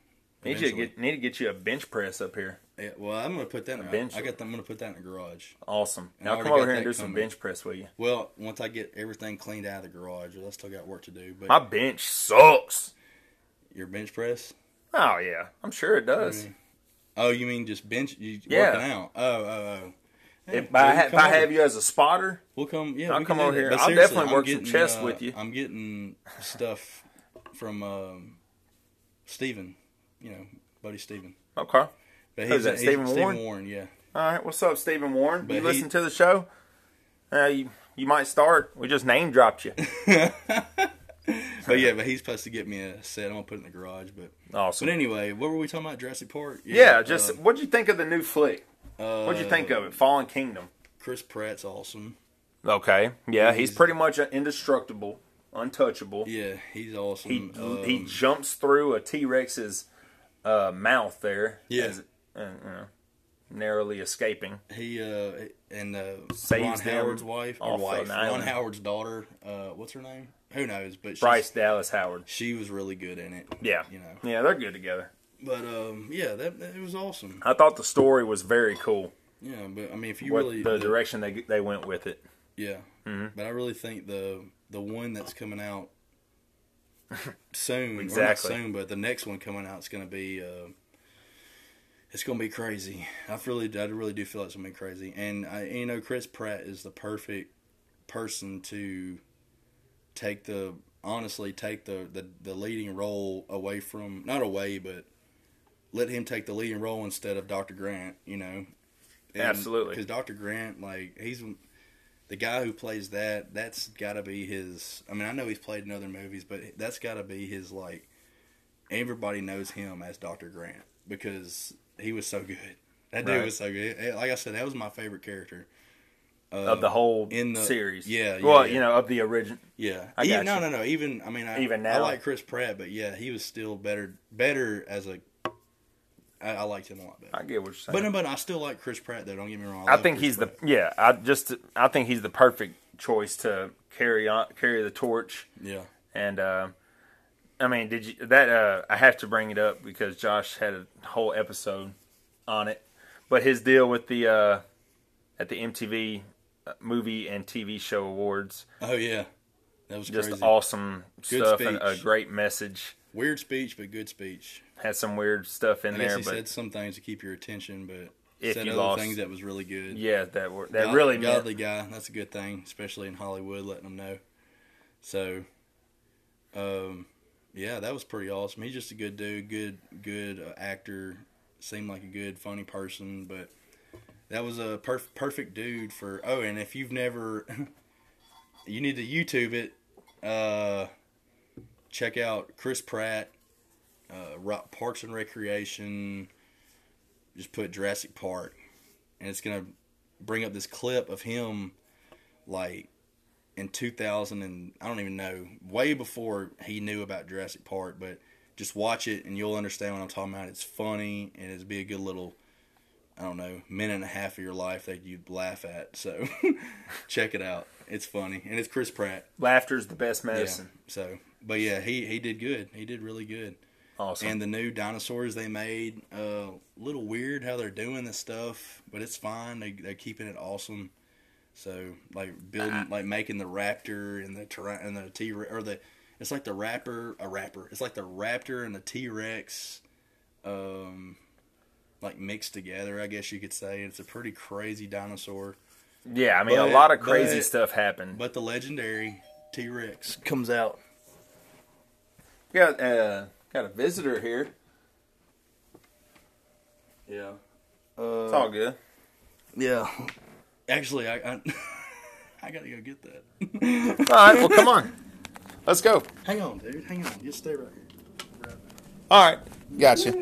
need you to
eventually.
get need to get you a bench press up here.
Yeah, well, I'm gonna put that in. I, I
Eventually.
got. The, I'm gonna put that in the garage.
Awesome.
And I
Now
already
come over
got
here and
that
do some
coming.
bench press with you.
Well, once I get everything cleaned out of the garage, well, I still got work to do. But
My bench sucks.
your bench press.
Oh yeah, I'm sure it does.
I mean- Oh, you mean just bench? You
Yeah.
working out? Oh, oh, oh. Hey,
If I,
well,
ha-
you
if
come
I
over.
have you as a spotter,
We'll come. Yeah,
I'll
we can
come
do
over
that.
here.
But
I'll
seriously,
definitely
I'm
work some
getting,
chess
uh,
with you.
I'm getting stuff from um, Steven, you know, buddy Steven.
okay. All
But
Who's that, Stephen Warren? [LAUGHS]
yeah.
right. What's up, Stephen Warren?
But
you
he-
listen to the show? Uh, you you might start. We just name dropped
[LAUGHS]
you.
But yeah, but he's supposed to get me a set. I'm gonna put it in the garage. But
Awesome.
but anyway, what were we talking about? Jurassic Park.
yeah. Just
uh,
what'd you think of the new flick? What'd you
uh,
think of it? Fallen Kingdom.
Chris Pratt's awesome.
Okay. Yeah, he's
He's- Mm,
pretty much indestructible, untouchable.
Yeah, he's awesome.
He
Um,
he jumps through a T Rex's uh, mouth there.
Yeah.
as- uh, you know, narrowly escaping.
He uh and uh Ron
Saves them
Howard's wife or
off
wife
an
Ron
island.
Howard's daughter uh what's her name who knows but she's,
Bryce Dallas Howard.
she was really good in it
Yeah.
you know
Yeah, they're good together.
but um yeah that, that- it was awesome
I thought the story was very cool.
yeah but I mean if you
What
really
the Mm-hmm. direction they they went with it.
yeah but I really think the the one that's
[LAUGHS]
coming out soon or
Exactly.
not soon but the next one coming out is gonna be uh it's gonna be crazy I really I really do feel it's gonna be crazy and I and, you know Chris Pratt is the perfect person to take the honestly take the, the the leading role away from not away but let him take the leading role instead of Dr. Grant, you know.
Absolutely.
Cuz Dr. Grant like he's the guy who plays that that's got to be his I mean I know he's played in other movies but that's got to be his like everybody knows him as Dr. Grant because he was so good. That dude
Right.
was so good. Like I said that was my favorite character. uh,
of the whole
in the-
series.
yeah, yeah,
well,
yeah.
you know, of the origin.
Yeah,
I
E-
got
no,
you.
no, no. Even I mean, I,
Even
I
now?
like Chris Pratt, but yeah, he was still better, better as a. I, I liked him a lot better.
I get what you're saying.
but no, but I still like Chris Pratt though. Don't get me wrong.
I
love
think
Chris
he's the
Pratt.
yeah. I just I think he's the perfect choice to carry on carry the torch.
yeah.
And uh, I mean, did you that? Uh, I have to bring it up because Josh had a whole episode on it. But his deal with the uh, at the MTV uh, movie and TV show awards,
Oh yeah, that was
just
crazy.
awesome
Good
stuff and a
speech.
great message.
Weird speech, but good speech.
Had some weird stuff in
I guess
there,
he
but
said some things to keep your attention, but
If
said
you
other
lost-
things that was really good.
yeah, that were that
God-
really meant
godly guy. That's a good thing, especially in Hollywood, letting them know. So, um, yeah, that was pretty awesome. He's just a good dude, good good uh, actor. Seemed like a good, funny person, but that was a perf- perfect dude for. Oh, and if you've never, [LAUGHS] you need to YouTube it. Uh, check out Chris Pratt, uh, Ro- Parks and Recreation. Just put Jurassic Park, and it's gonna bring up this clip of him like in 2000 and I don't even know way before he knew about Jurassic Park but just watch it and you'll understand what I'm talking about it's funny and it'd be a good little I don't know minute and a half of your life that you'd laugh at so [LAUGHS] check it out it's funny and it's Chris Pratt
laughter's the best
yeah
medicine.
so but yeah he he did good he did really good
Awesome.
and the new dinosaurs they made uh, a little weird how they're doing this stuff but it's fine they, they're keeping it awesome so like building like making the raptor and the tyran and the t or the it's like the rapper a rapper it's like the raptor and the t-rex um like mixed together i guess you could say it's a pretty crazy dinosaur
yeah, I mean,
but-
a lot of crazy
but-
stuff happened.
but the legendary t-rex comes out
got uh, got a visitor here.
yeah
It's all good.
yeah actually i i, [LAUGHS] I gotta go get that
All right, well, come on. Let's go.
Hang on, dude. Hang on. Just stay right here.
All right. Gotcha.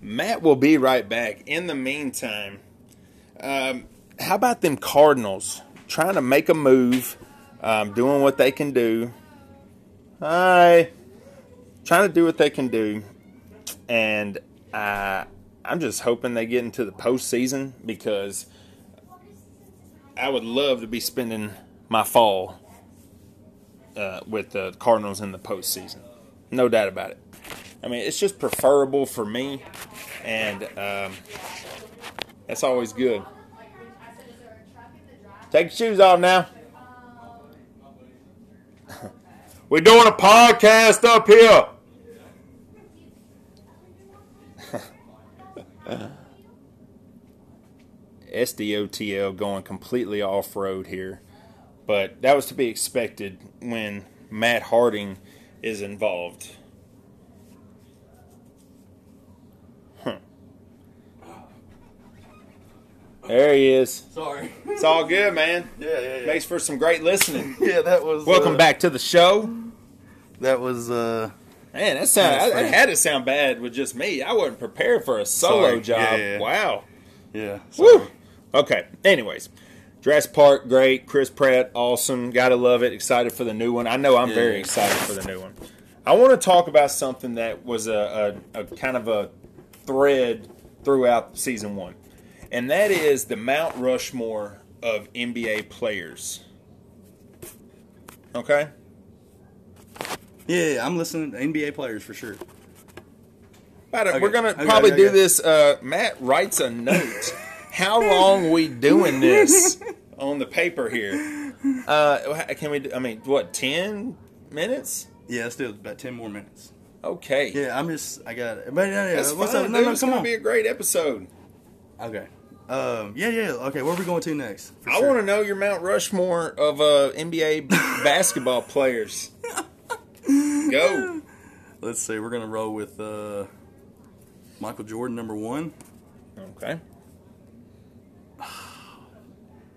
Matt will be right back. In the meantime, um, how about them Cardinals trying to make a move, um, doing what they can do? Hi. Trying to do what they can do. And uh, I'm just hoping they get into the postseason because I would love to be spending my fall uh, with the Cardinals in the postseason. No doubt about it. I mean, it's just preferable for me, and um, that's always good. Take your shoes off now. [LAUGHS] We're doing a podcast up here. [LAUGHS] SDOTL going completely off road here but that was to be expected when Matt Harding is involved. Huh. There he is.
Sorry.
It's all good, man.
[LAUGHS] yeah, yeah, yeah.
Thanks for some great listening.
Yeah, that was.
Welcome
uh,
back to the show.
That was. uh
Man, that sound
That's
I, I
funny.
had to sound bad with just me. I wasn't prepared for a solo
Sorry.
job.
Yeah, yeah, yeah.
Wow.
Yeah.
Woo! Okay. Anyways, Jurassic Park, great. Chris Pratt, awesome. Gotta love it. Excited for the new one. I know I'm very
Yeah.
excited for the new one. I want to talk about something that was a, a, a kind of a thread throughout season one, and that is the Mount Rushmore of NBA players. Okay.
Yeah, yeah, I'm listening. to NBA players for sure.
About it.
Okay.
We're gonna
Okay,
probably
okay,
do
okay.
this. Uh, Matt writes a note.
[LAUGHS]
How long we doing this on the paper here? Uh, wha- can we? do- I mean, what ten minutes?
Yeah, let's do about ten more minutes.
Okay,
Yeah, I'm just. I got it. But yeah, yeah.
that's
what's
fine.
up?
dude.
No, no,
it's
come
gonna
on.
be a great episode.
Okay. Um. Yeah, yeah. Okay. Where are we going to next? For
I
sure.
want to know your Mount Rushmore of uh,
[LAUGHS]
NBA basketball players.
[LAUGHS]
Go.
Let's see. We're gonna roll with uh, Michael Jordan number one.
Okay.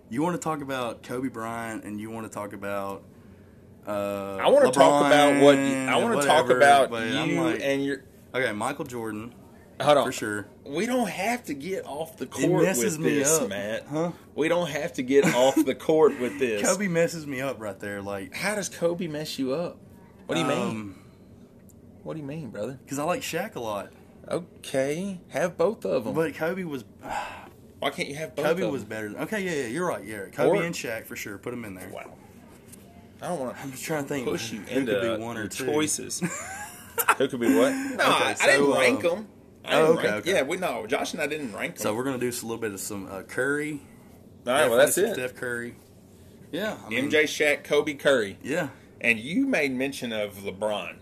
You want to talk about Kobe Bryant, and you want to talk about. Uh,
I want to talk about what
LeBron,
I want to talk
whatever,
about
but
you
I'm like-
and your.
Okay, Michael Jordan.
Hold on.
for sure.
We don't have to get off the
It
court
messes
with
me
this,
up,
Matt.
Huh?
We don't have to get off the court with this.
[LAUGHS] Kobe messes me up right there, like
How does Kobe mess you up? What do you mean?
um,
What do you mean, brother?
because I like Shaq a lot,
Okay, have both of them.
but Kobe was
Oh, Why can't you have both?
Kobe
of
was
'em?
better. Than, okay, yeah, yeah, you're right. Yeah, Kobe
Or-
and Shaq for sure. Put them in there.
Wow. I don't want
[LAUGHS]
to
I'm just trying to think.
push you
who
into
could be one or
your
two. [LAUGHS]
choices. Who could be what? No,
Okay,
I,
so,
I didn't
uh,
rank them. I
oh,
didn't
okay,
rank,
okay.
Yeah, we no. Josh and I didn't rank them.
So we're gonna do just a little bit of some uh, Curry.
All right, well that's
Definitely
it.
some Steph Curry. Yeah, I mean,
MJ, Shaq, Kobe, Curry,
Yeah,
and you made mention of LeBron.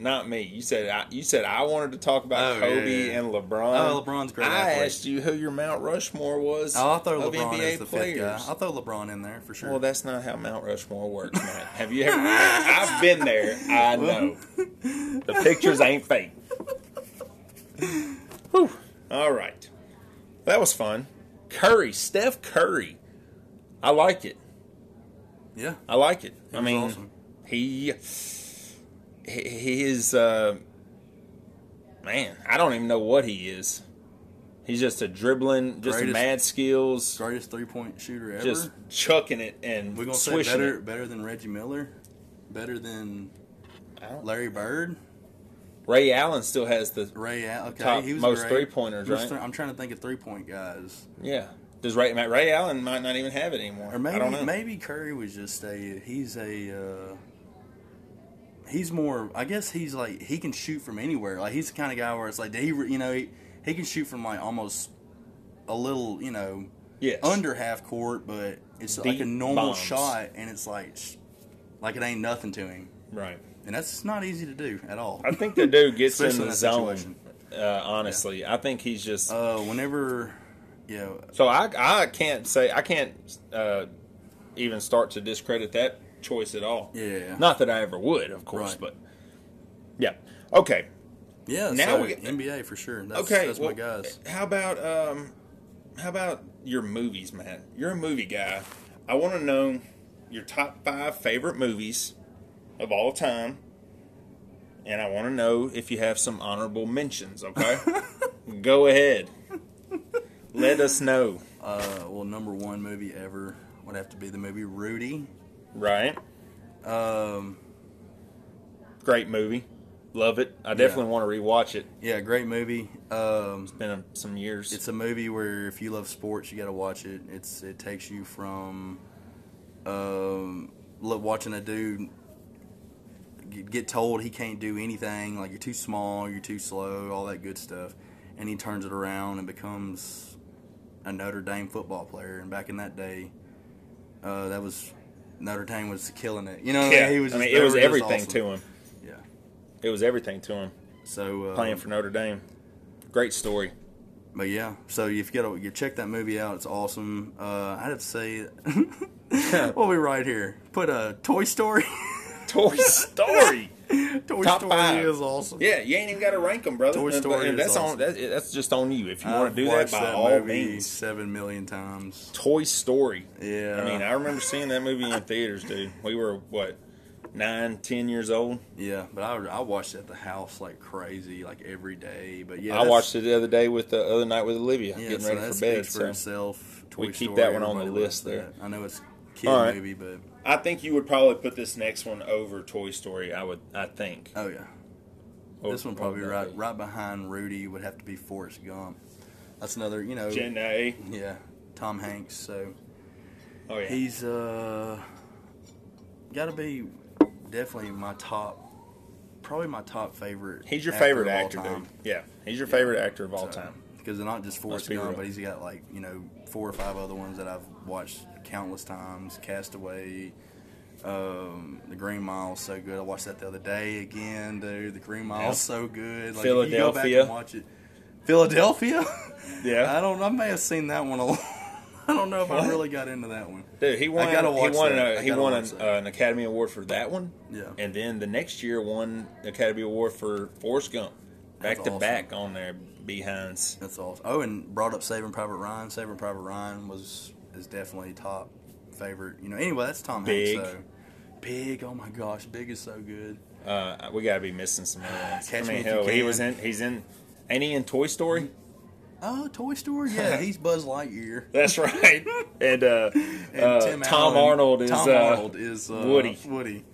Not me. You said I, you said I wanted to talk about
Oh,
Kobe
yeah, yeah.
and LeBron.
Oh, LeBron's a great
I
athlete.
asked you who your Mount Rushmore was.
Oh, I'll throw
of
LeBron
NBA
as the fifth
players.
guy. I'll throw LeBron in there for sure.
Well, that's not how Mount Rushmore
[LAUGHS]
works, man. Have you ever? I've been there. I know.
[LAUGHS]
The pictures ain't fake. Whew. All right, that was fun. Curry, Steph Curry. I like it.
yeah,
I like it. I
was
mean,
awesome.
he he- he is uh, man. I don't even know what he is. He's just a dribbling, just
Greatest-
mad skills,
greatest three point shooter ever.
just chucking it and
We're gonna say
swishing
better,
it.
better than Reggie Miller, better than
I don't-
Larry Bird,
Ray Allen still has the
Ray Allen. Okay,
Top
he was
most
great.
three-pointers,
He was
right?
th- I'm trying to think of three point guys,
yeah. Does Ray Matt- Ray Allen might not even have it anymore?
or maybe
I don't know.
maybe Curry was just a he's a uh, he's more. I guess he's like he can shoot from anywhere. Like he's the kind of guy where it's like he re- you know he, he can shoot from like almost a little you know
yes.
under half court, but it's like a
Deep
normal
bombs.
shot, and it's like sh- like it ain't nothing to him.
right.
And that's not easy to do at all.
I think the dude gets in
Especially in
the
that
zone.
situation.
Uh, honestly, I think he's just
Uh, whenever, you know,
so I I can't say I can't uh, even start to discredit that choice at all.
Yeah.
Not that I ever would, of course,
Right.
but yeah. Okay.
yeah,
Now
so
we get-
NBA for sure. That's,
Okay.
that's
well, eh.
my guys.
How about um, how about your movies, man? You're a movie guy. I want to know your top five favorite movies of all time, and I want to know if you have some honorable mentions.
[LAUGHS]
Okay, go ahead. Let us know.
Uh, well, number one movie ever would have to be the movie Rudy.
Right?
Um,
Great movie. Love it. I definitely want to rewatch it.
yeah, great movie. Um,
Been a, some years.
it's a movie where if you love sports, you got to watch it. It's it takes you from um, lo- watching a dude g- get told he can't do anything, like you're too small, you're too slow, all that good stuff, and he turns it around and becomes a Notre Dame football player. And back in that day, uh, that was Notre Dame was killing it. You know, what I mean?
yeah.
he was.
I
just-
mean,
they
it was
were just
everything
awesome.
to him.
Yeah.
It was everything to him.
So uh,
Playing for Notre Dame. Great story. [LAUGHS]
But yeah, so you've got to you check that movie out. It's awesome. Uh, I'd have to say, [LAUGHS] we'll be right here. Put a Toy Story. [LAUGHS]
Toy Story.
Toy
Top
Story
five.
is awesome.
yeah, you ain't even got to rank them, brother.
Toy
But-
Story
but
is
that's on.
awesome.
That's, that's just on you. If you
I've
want to do that,
watched
by all
movie
means.
seven million times.
Toy Story.
Yeah,
I mean, I remember seeing that movie in theaters, dude. We were what nine, ten years old.
yeah, but I, I watched it at the house like crazy, like every day. But yeah,
I watched it the other day with the other night with Olivia,
Yeah,
getting
so
ready
that
for bed.
speaks for
So
itself. Toy
We keep
Story,
that one on the
everybody
list
loves
there.
that. I know it's a kid
All right.
movie, but
I think you would probably put this next one over Toy Story. I would. I think
oh yeah.
Oh,
This one probably right right behind Rudy would have to be Forrest Gump. That's another, you know,
Gen A.
yeah, Tom Hanks. So
Oh yeah.
he's uh got to be definitely my top, probably my top favorite.
He's your favorite actor, dude. Yeah, he's your favorite actor of all time.
Because they're not just Forrest
be
Gump,
real.
but he's got like you know four or five other ones that I've watched countless times. Castaway, um, The Green Mile, is so good. I watched that the other day again, dude. The Green Mile,
Yeah.
is so good. Like, You go back
Philadelphia.
and watch it. Philadelphia. [LAUGHS]
Yeah.
I don't. I may have seen that one a [LAUGHS] lot. I don't know if
What?
I really got into that one.
Dude, he won.
gotta watch
he won.
that.
A,
I
he
gotta
won
watch
an,
that.
uh, an Academy Award for that one.
Yeah.
And then the next year won Academy Award for Forrest Gump, back
That's
to
awesome.
back on their behinds.
That's awesome. Oh, and brought up Saving Private Ryan. Saving Private Ryan was is definitely top favorite. You know. Anyway, that's Tom
Big.
Hanks. So. Big. Oh my gosh, Big is so good.
Uh, we gotta be missing some other ones.
Catch
I
Me
mean,
If You
hell, he
Can.
was in. He's in Ain't he in Toy Story?
Oh, Toy
[LAUGHS]
Story. Yeah, he's Buzz Lightyear.
That's right. and uh,
[LAUGHS] And
uh,
Tim
Tom
Allen-
Arnold is
Tom
uh,
Arnold is uh,
Woody.
Woody.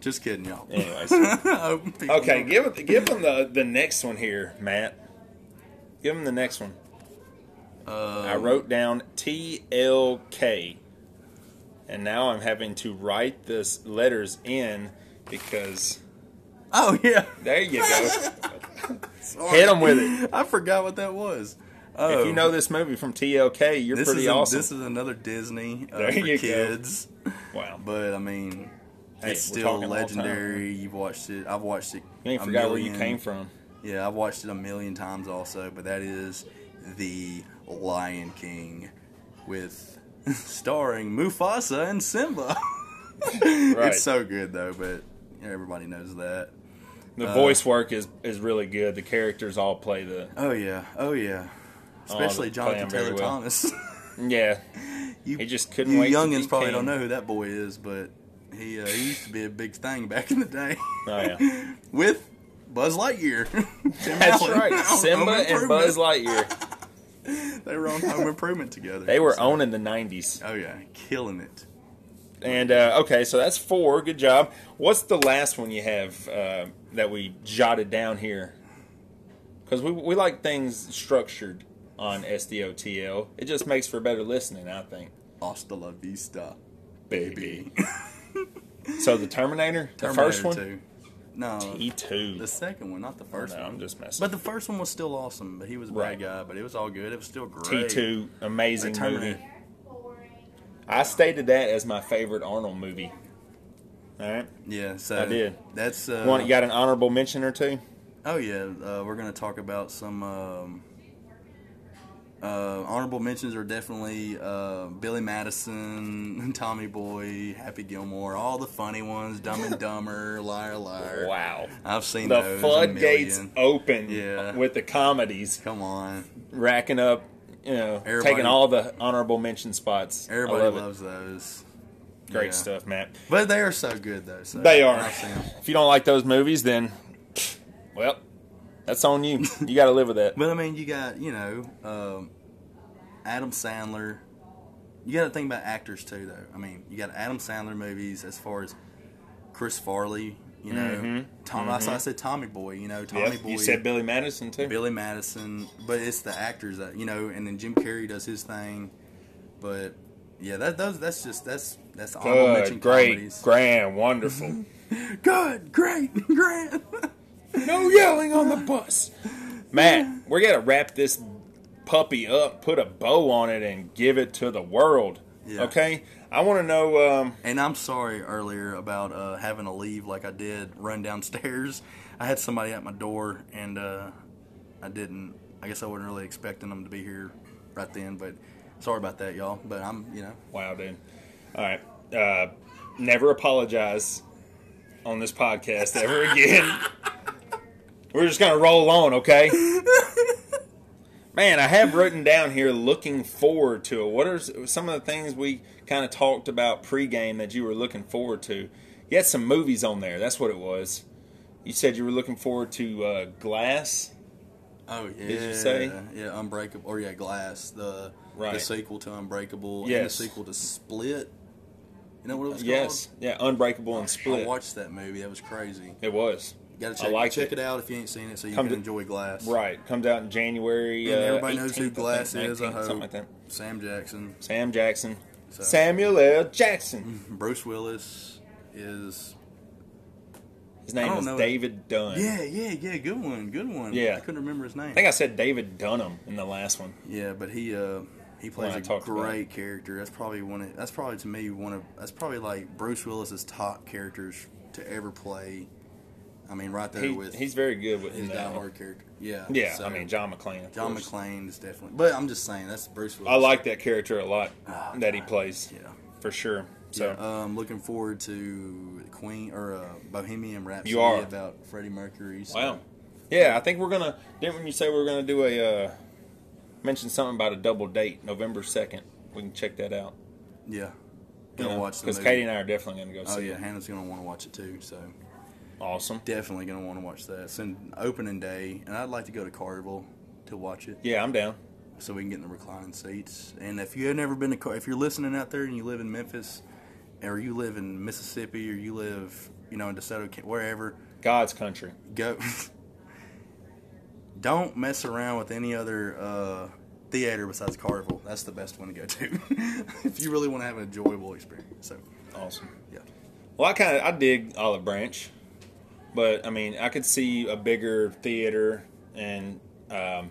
Just kidding, y'all.
Anyways.
[LAUGHS] I hope
[LAUGHS]
people
Okay,
know.
give it, give him the the next one here, Matt. Give him the next one.
Uh,
I wrote down T L K, and now I'm having to write the s- letters in because
Oh yeah.
there you
[LAUGHS]
go. [LAUGHS] Hit him with it.
I forgot what that was. Oh,
If you know this movie from TLK, you're
this
pretty
is a-
awesome.
This is another Disney uh,
There
for
you go.
kids,
wow,
but I mean,
Hey,
it's
we're
still
talking all time.
legendary. You've watched it. I've watched it.
you ain't
a
forgot where you
million-
came from.
Yeah, I've watched it a million times also, but that is the Lion King with [LAUGHS] starring Mufasa and Simba. [LAUGHS]
Right.
[LAUGHS] It's so good though, but everybody knows that.
The
uh,
voice work is is really good. The characters all play the
Oh yeah, oh yeah. Especially
they play
Jonathan
him very
Taylor
well.
Thomas. [LAUGHS]
yeah.
you,
He just couldn't
you
wait to
Youngins
be
probably
king.
don't know who that boy is, but he, uh, he used to be a big thing back in the day
Oh yeah,
[LAUGHS] with Buzz Lightyear. [LAUGHS]
[LAUGHS]
Tim
that's
Allen on
right.
Home
Simba and
Improvement.
Buzz Lightyear.
They were on Home Improvement together.
They were
So-
owning the '90s.
Oh yeah, killing it.
And uh, okay, so that's four. Good job. What's the last one you have uh, that we jotted down here? Because we we like things structured on SDOTL. It just makes for better listening, I think.
Hasta la vista,
Baby. So the Terminator, the first one,
Terminator 2. No,
E two.
the second one, not the first
No,
one.
I'm just messing.
But the first one was still awesome. But he was a bad
Right.
guy. But it was all good. It was still
T
great.
two, amazing
The
movie.
Terminator.
I stated that as my favorite Arnold movie. All right,
Yeah. So
I did.
That's uh,
one you got an honorable mention or two?
Oh yeah, uh, we're gonna talk about some um, uh, honorable mentions are definitely uh, Billy Madison, [LAUGHS] Tommy Boy, Happy Gilmore, all the funny ones, Dumb
[LAUGHS]
and Dumber, Liar Liar.
Wow.
I've seen
The
those a
floodgates
million.
open
Yeah.
with the comedies.
Come on,
racking up, you know,
Everybody-
taking all the honorable mention spots. I
everybody
love it.
loves those.
Great
yeah.
stuff, Matt.
But they are so good though. So
They are.
I've seen 'em.
If you don't like those movies, then well, that's on you. You got to live with
[LAUGHS]
that.
But I mean, you got you know um, Adam Sandler. You got to think about actors too, though. I mean, you got Adam Sandler movies as far as Chris Farley. You know, Tom. I, said, I said Tommy Boy. You know, Tommy
Mm-hmm. Yep,
Boy.
You said Billy Madison too.
Billy Madison, but it's the actors that you know, and then Jim Carrey does his thing. But yeah, that those that's just that's that's honorable mention
Good, great,
comedies.
grand, wonderful.
Good, great, [LAUGHS] grand.
no yelling on the bus. Matt, we're gonna wrap this puppy up, put a bow on it, and give it to the world.
Yeah.
Okay, I want to know. Um,
And I'm sorry earlier about uh, having to leave like I did, run downstairs. [LAUGHS] I had somebody at my door, and uh, I didn't. I guess I wasn't really expecting them to be here right then, but sorry about that, y'all. But I'm, you know,
Wow, dude. All right. Uh, never apologize on this podcast ever
[LAUGHS]
again. We're just going to roll on, okay? Man, I have written down here looking forward to it. What are s- some of the things we kind of talked about pregame that you were looking forward to? You had some movies on there. That's what it was. You said you were looking forward to uh, Glass.
oh yeah,
you say?
yeah, Unbreakable or yeah, Glass, the the
Right.
sequel to Unbreakable, and the
Yes.
sequel to Split. You know what it was
Yes. Yeah, Unbreakable and
called? I
Split.
watched that movie. That was crazy.
It was.
You gotta
I
check,
liked
check
it.
it. out if you ain't seen it, so you
Come
can
to-
enjoy Glass.
Right, comes out in January.
And
uh,
everybody knows who
18th, I
Glass
think,
is. I
19th,
hope
something like that.
Sam Jackson.
Sam Jackson,
So- Mm.
Samuel L. Jackson.
Bruce Willis is.
His
I
name
don't
is
know.
David Dunn.
Yeah, yeah, yeah. Good one, good one.
Yeah.
I couldn't remember his name.
I think I said David Dunham in the last one.
yeah, but he uh he plays
I
a
talked about.
great character. That's probably one. Of, that's probably to me one of that's probably like Bruce Willis's top characters to ever play. I mean, right there
He,
with
he's very good with
his
that
Die
one.
Hard character. Yeah,
Yeah,
so
I mean John McClane. of
John
course.
McClane is definitely. But I'm just saying that's Bruce Willis.
I like that character a lot
Oh,
that he plays
Yeah.
for sure. So
Yeah, um, looking forward to Queen or uh, Bohemian Rhapsody
You are.
about Freddie Mercury. so-
wow, yeah, I think we're gonna. Didn't when you say we were gonna do a uh, mention something about a double date November second? We can check that out.
Yeah.
you
Gonna
know,
watch the
because
movie.
Katie and I are definitely gonna go
Oh
see
yeah,
it.
Hannah's gonna want to watch it too. So
Awesome.
Definitely gonna want to watch that. It's an opening day, and I'd like to go to Carville to watch it
Yeah, I'm down.
so we can get in the reclining seats. And if you have never been to, Car- if you're listening out there and you live in Memphis, or you live in Mississippi, or you live, you know, in DeSoto, Ca- wherever,
God's country.
go. [LAUGHS] Don't mess around with any other uh, theater besides Carnival. That's the best one to go to [LAUGHS] if you really want to have an enjoyable experience. So,
Awesome.
yeah,
Well, I kind of I dig Olive Branch, but I mean I could see a bigger theater and um,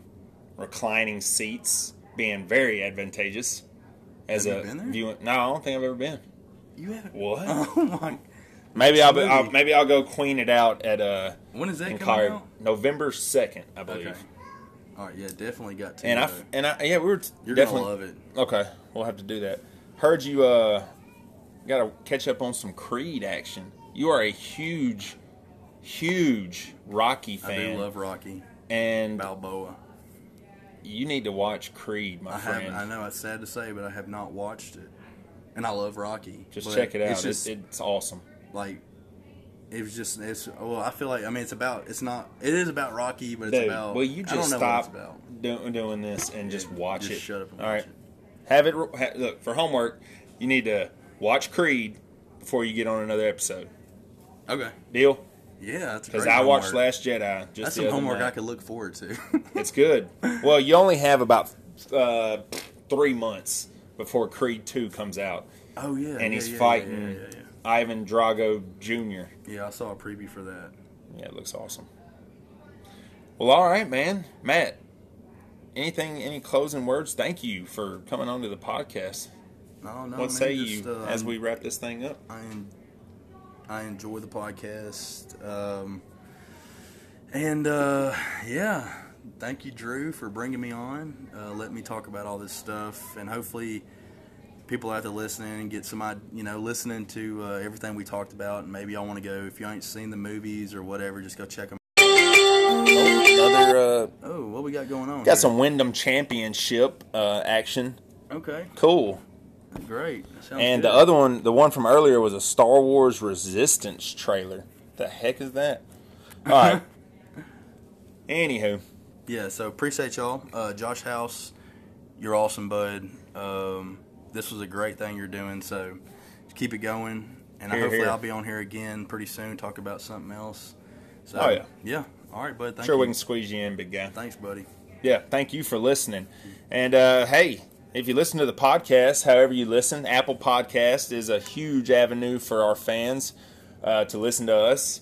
reclining seats being very advantageous as
Have you
a
been there?
viewing. No, I don't think I've ever been.
you haven't.
What?
[LAUGHS] Oh my!
[LAUGHS] Maybe I'll, be,
Movie.
I'll maybe I'll go clean it out at uh
When is that
in
coming
Clyde,
out?
November second, I believe.
Okay. All right. Yeah, definitely got to.
And I
uh,
f- and I yeah we were t-
you're
definitely
gonna love it.
okay. We'll have to do that. Heard you uh got to catch up on some Creed action. You are a huge, huge Rocky
I
fan,
do love Rocky
and
Balboa.
you need to watch Creed, my
I have.
friend.
I know it's sad to say, but I have not watched it. And I love Rocky.
just
but
check it out.
It's
It's,
just
it's awesome.
like it was just it's well i feel like i mean it's about it's not it is about rocky but it's
Dude,
about
will you
I don't
just
know
stop
what it's about
do- doing this and just watch
just
it?
shut up and
All right,
watch it.
have it. re- Ha- look for homework. You need to watch Creed before you get on another episode.
okay
Deal?
yeah that's
Because
because
I watched Last Jedi. Just
that's
the
some
other
homework
night.
i could look forward to
It's good. Well, you only have about uh, three months before Creed Two comes out,
oh yeah
and
yeah,
he's
yeah,
fighting
yeah, yeah, yeah,
Ivan Drago Jr.
yeah. yeah i saw a preview for that
Yeah, it looks awesome. Well, all right, man, Matt. Anything? Any closing words? Thank you for coming on to the podcast.
no
What
no man,
say
just,
you
uh,
as we wrap this thing up?
I en- I enjoy the podcast. Um, and uh, yeah, thank you, Drew, for bringing me on. Uh, let me talk about all this stuff, and hopefully, people out there listening get some, id- you know, listening to uh, everything we talked about, and maybe I want to go. If you ain't seen the movies or whatever, just go check them.
Another uh,
Oh, what we got going on? here?
got some Wyndham Championship uh, action.
Okay,
Cool.
great. Sounds
And
good.
the other one, the one from earlier, was a Star Wars Resistance trailer. The heck is that? All right. Anywho,
Yeah, so appreciate y'all. Uh, Josh House, you're awesome, bud. Um, this was a great thing you're doing, so just keep it going. And
Here,
hopefully
here.
I'll be on here again pretty soon, talk about something else. So,
Oh, yeah.
Yeah. All right, bud. Thank
sure
you.
we can squeeze you in, big guy.
Thanks, buddy.
Yeah, thank you for listening. And uh, hey, if you listen to the podcast, however you listen, Apple Podcast is a huge avenue for our fans uh, to listen to us.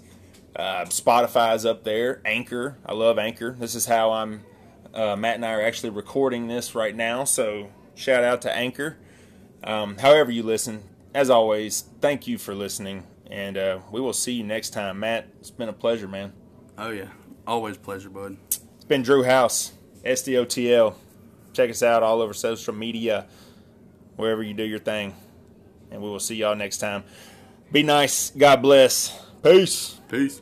Uh, Spotify's up there. Anchor, I love Anchor. This is how I'm. Uh, Matt and I are actually recording this right now, so shout out to Anchor. Um, however you listen, as always, thank you for listening, and uh, we will see you next time. Matt, it's been a pleasure, man.
Oh, yeah. Always a pleasure, bud.
It's been Drew House, SDOTL. Check us out all over social media, wherever you do your thing. And we will see y'all next time. Be nice. God bless. Peace.
Peace.